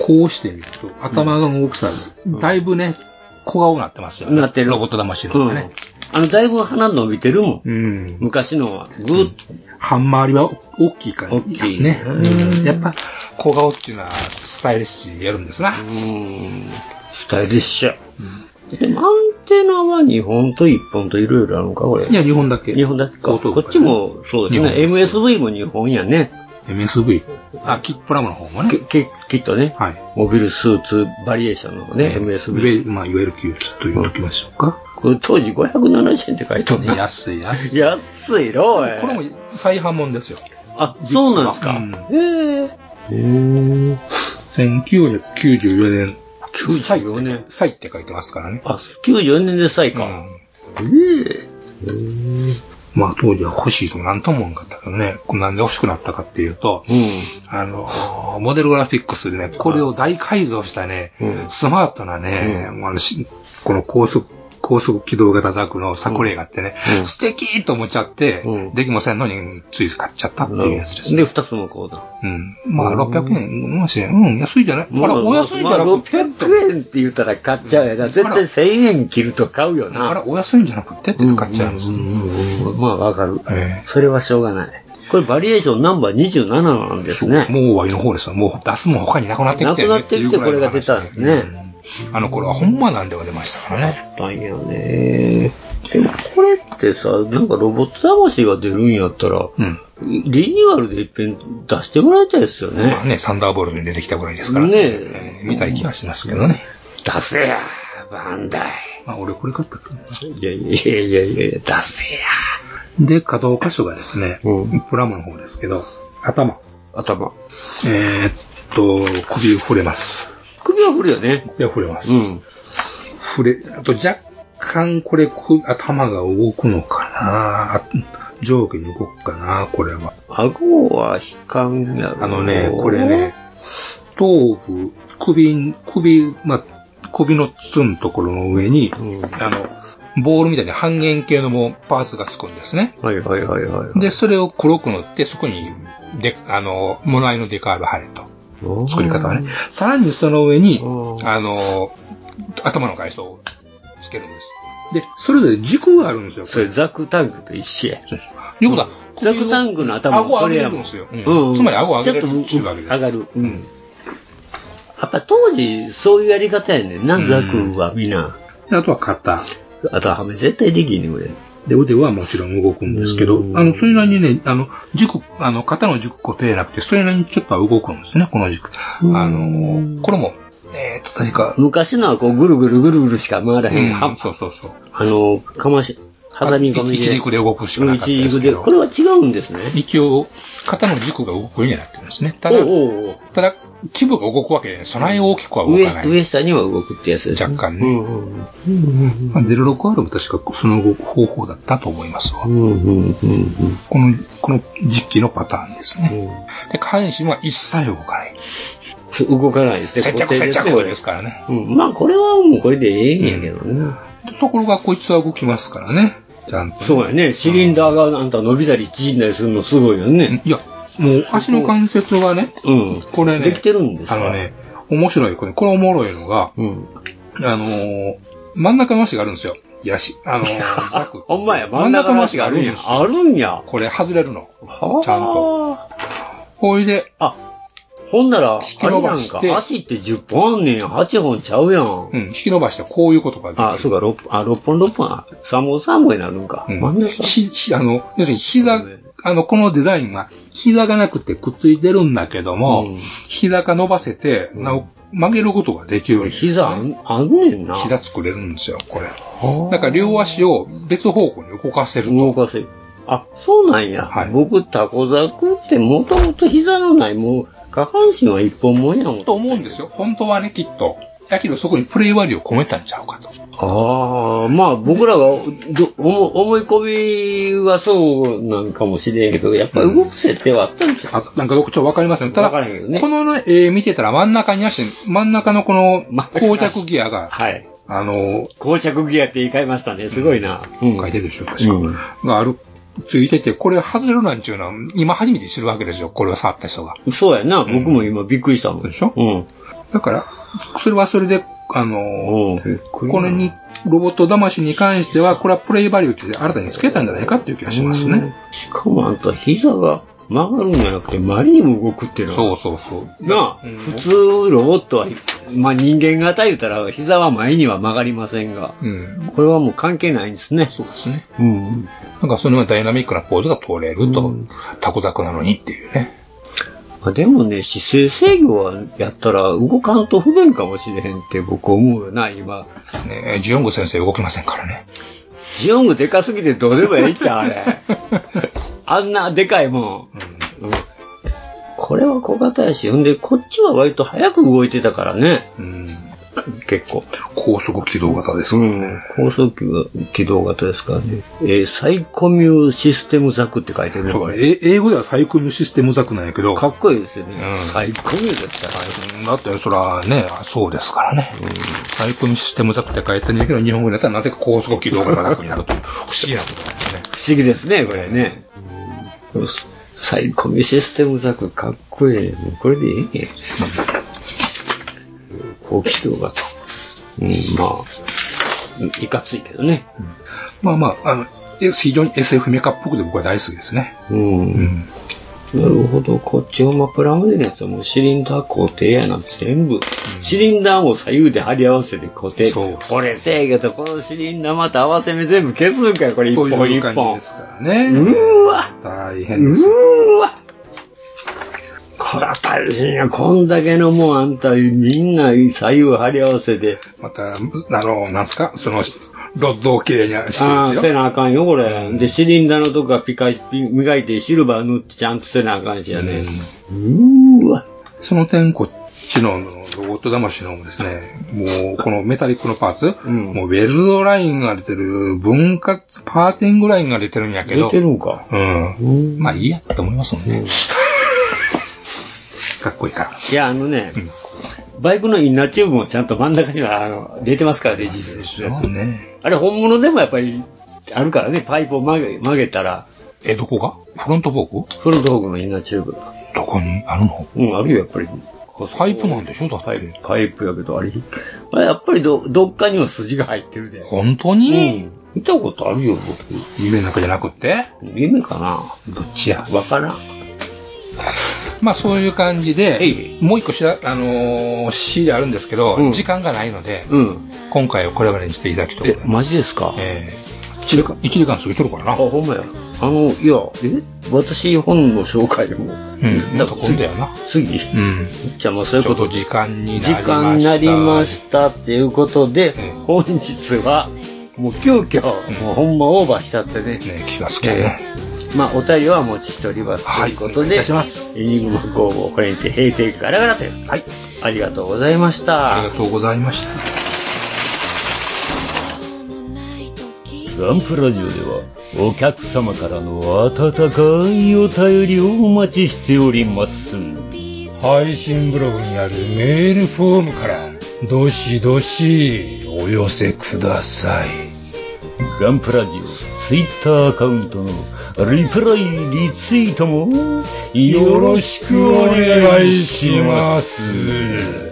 こうして見ると、頭の大きさ、だいぶね、小顔になってますよ
い。
ね。
なってる。ロ
ボット魂のね。
あの、だいぶ鼻伸びてるもん。
うん。
昔のは。ぐーっと
半回りは大きいから。
大きい。
ね。やっぱ、小顔っていうのは、スタイリッシュにやるんですな。
スタイリッシュ。でもアンテナは2本と1本といろいろあるのか、これ。
いや、日本だけ。
日本だけか。こっちもそうですね。MSV も日本やね。
MSV? あ、キップラムの方もね。
ききっとね。モビルスーツバリエーションの方ね、MSV。
まあ、いわゆるキット言っときましょうか。
これ当時570円って書いてあるな。
安い、安
い。安いろ、おい。
これも再販もんですよ。
あ、そうなんですか。へえ。
へぇ1994年。
94年。
サイって書いてますからね。
あ、94年でサイか。ええ。
まあ当時は欲しいとも何とも思わんかったけどね、これなんで欲しくなったかっていうと、あの、モデルグラフィックスでね、これを大改造したね、スマートなね、もうあのしこの高速、高速機動型ザクの作例があってね、素敵と思っちゃって、できませんのについ買っちゃったっていうやつです。
で、2つのコード。
うん。まあ600円、もし、うん、安いじゃないあら、お安いじゃなくて、
600円って言ったら買っちゃうやな。絶対1000円切ると買うよな。あ
ら、お安いんじゃなくてって買っちゃうん
です。まあ、わかる。それはしょうがない。これバリエーションナンバー27なんですね。
もう終わりの方ですよ。もう出すもん他になくなってき
な
て、
く
ね。
なってきてこれが
ってい
出
うぐ
た
らいの話
んですね。
あの頃はほんま何でも出ましたからね。
あったんやね。でもこれってさ、なんかロボット魂が出るんやったら、リニューアルで一遍出してもらいたいですよね。
まあね、サンダーボルトに出てきたぐらいですから
ね
ね。見たい気がしますけどね。
出せや、バンダイ。
まあ俺これ買ったから
な。いやいやいやいやいや、出せや。
で、可動箇所がですね、プラモの方ですけど、頭。
頭。
えーっと、首触れます。
首は振るよね。
首は触れます。触れ、あと若干これ、こ頭が動くのかなあ上下に動くかなこれは。
顎は引かんやろ。
あのね、これね、頭部、首、首、まあ、首の筒のところの上に、あの、ボールみたいな半円形のもうパーツがつくんですね。
はいはいはいはい。
で、それを黒く塗って、そこに、で、あの、もらいのデカール貼れと。作り方はね。さらにその上に、あの、頭の外装をつけるんです。で、それぞれ軸があるんですよ。
それザクタンクと一緒や。
いうことは、
ザクタンクの頭
顎
も
を
そ
上
れ
げれ
や
るん
もん。
ですよ。うんつまり顎を上げれるっていうわけです。
上がる。うん。やっぱ当時、そういうやり方やねんな、ザクはみんな。
あとは肩。
あとははめ絶対できんねん、これ。
で、腕はもちろん動くんですけど、あの、それなりにね、あの、軸、あの、肩の軸固定なくて、それなりにちょっとは動くんですね、この軸。あの、これも、えっと、確か、
昔のはこう、ぐるぐるぐるぐるしか回らへん。
う
は
んそうそうそう。
あの、かまし、ハサミ込みで。
一軸で動くしかなかった
うん
で
一
す
軸
け
で。
ど
これは違うんですね。
一応、肩の軸が動くようになってますね。ただ、
おうおうおう
ただ、基部が動くわけで、備え大きくは動
上
かない。
上下には動くってやつです、ね。
若干ね。まあ、06R も確かその方法だったと思いますわ。この、この実機のパターンですね。で、関心は一切動かない。
動かないですね。
接着
固定
接
ですね
着ですからね。
うんまあ、これはもうこれでええんやけどね。
ところが、こいつは動きますからね。ちゃんと。
そうやね。シリンダーがあんた伸びたり縮んだりするのすごいよね。
いや、もう足の関節がね、
うん。
これね、
できてるんですか
あのね、面白い、これ、これおもろいのが、あのー真ん中の足があるんですよ。やし、あの ーザク。
ほんまや、
真
真
ん
ん
中
中
の
の
足
足
が
が
あ
あ
る
る
ん
ん
で
やあるん
す。
や。
これ外れるの。
は
ちゃんと。ほいで、
あ、ほんなら、
き
あ
伸
れ
ば
な
し
ん
て
か、足って10本あんねん、8本ちゃうやん。
うん、引き伸ばしてこういうことができる。
あ、そうか、6本、あ、6本6本、あ3本3本になるんか。
うん
真ん中。
ひ、ひ、あの、要するに膝、あの、このデザインは、膝がなくてくっついてるんだけども、膝が伸ばせて、なお、曲げることができる、
膝あん、あんねんな。
膝作れるんですよ、これ。だから両足を別方向に動かせると。
動かせる。あ、そうなんや。僕、タコザクってもともと膝のない、もう、下半身は一本もんやもん。
と思うんですよ、本当はね、きっと。だけどそこにプレイ割りを込めたんちゃうかと。
ああ、まあ僕らがど思思い込みはそうなんかもしれんけど、やっぱり動く設定はあったんちゃう、
あなんかどこちょっとわかりますね。ただ、
わからんけどね
このね、絵見てたら真ん中に足、真ん中のこの、膠着ギアが、
はい。
あの、
膠着ギアって言い換えましたね。すごいな。
書いてるでしょ、確か。がある、ついてて、これ外れるなんていうのは、今初めて知るわけですよ、これを触った人が。
そうやな。僕も今びっくりしたもん。
でしょ
うん。
だから、それはそれで、あのーこれに、ロボット魂に関しては、これはプレイバリューって新たにつけたんじゃないかっていう気がしますね。
しかもあんた膝が曲がるんじゃなくて、マリン動くっていうの
そうそうそう。
なあ、普通ロボットは、まあ人間型言うたら膝は前には曲がりませんが、
うん。
これはもう関係ないんですね。
そうですね。
うん。
なんかそれはダイナミックなポーズが取れると、タコザクなのにっていうね。
まあでもね、姿勢制御はやったら動かんと不便かもしれへんって僕思うよな、今。
ねジオング先生動きませんからね。
ジオングでかすぎてどうでもええっちゃう、あ れ。あんなでかいもん。うんこれは小型やし、ほんで、こっちは割と早く動いてたからね。結構。
高速機動型です
ね。高速機動型ですからね。えーサイコミューシステムザクって書いてるね、これ。
え英語ではサイコミュシステムザクなんやけど。
かっこいいですよね。
うん
サイコミューだったら。
だって、そらね、そうですからね。サイコミュシステムザクって書いてんだけど、日本語になったらなぜか高速機動型ザクになるという、不思議なことなんですね。
不思議ですね、これね。サイコミシステムザクかっこいい。もうこれでいいね。好奇心がと。うん、まあ、うんいかついけどね。
まあまあ、あの、S 非常に SF メカっぽくて僕は大好きですね。
うん。なるほど。こっちはまあプラモデルのやつはもうシリンダー固定やな。全部。シリンダーも左右で貼り合わせて固定。これ制御とこのシリンダーまた合わせ目全部消すんかよ。これ一
こう
本
い
一
う感じ
本
で。すからね。
うーわ
大
う
変です。
ーわこら大変や、こんだけのもうあんたみんな左右張り合わせて。
また、あの、なんすか、その、ロッドをきれいにして
あ
る
あ
ん
ー、
です
せ
よ。
なあかんよ、これ。で、シリンダーのとこはピカイピ磨いてシルバー塗ってちゃんとせなあかんしやね。うーわ。
その点、こっちのあのロボット魂のですね、もう、このメタリックのパーツ、もう、ウェルドラインが出てる、分割、パーティングラインが出てるんやけど、
出てるんか。
うん。まあ、いいやって思いますもんね。かっこいいから。
いや、あのね、バイクのインナーチューブもちゃんと真ん中にはあの出てますからね、実際
そうね。
あれ本物でもやっぱりあるからね、パイプを曲げ曲げたら。
え、どこがフロントフォーク
フロントフォークのインナーチューブ。
どこにあるの
うん、あるよ、やっぱり。パイプなん
でしょだって
パイプ。パイプやけど、あれ、あれやっぱりど、どっかには筋が入ってるで。
本当に、
見たことあるよ、
夢の中じゃなくって
僕。夢かな
どっちや
わからん。
まあそういう感じで、もう一個しら、あのー、資料あるんですけど、時間がないので、今回はこれまでにしていただきと。え、
マジですか
ええ一時間、一時間過ぎとるからな。
あ、ほんまや。あの、いや、え私本の紹介も。うん、なんか今度
やな。
次
うん。
じゃあまあそういうこと
時間にな
時
りました。
間になりましたっていうことで、本日は、もう急遽、もうほんまオーバーしちゃってね。
気がつけね
まあお便りはお持ちしております。ということで、
いたしますエニグマ工房、これにて閉店ガラガラという。はい。ありがとうございました。ありがとうございました。
ガンプラジオではお客様からの温かいお便りをお待ちしております
配信ブログにあるメールフォームからどしどしお寄せください
ガンプラジオツイッターアカウントのリプライリツイートもよ
よ
ろ
ろ
し
し
く
く
お
お
願
願
い
い
し
し
ま
ますす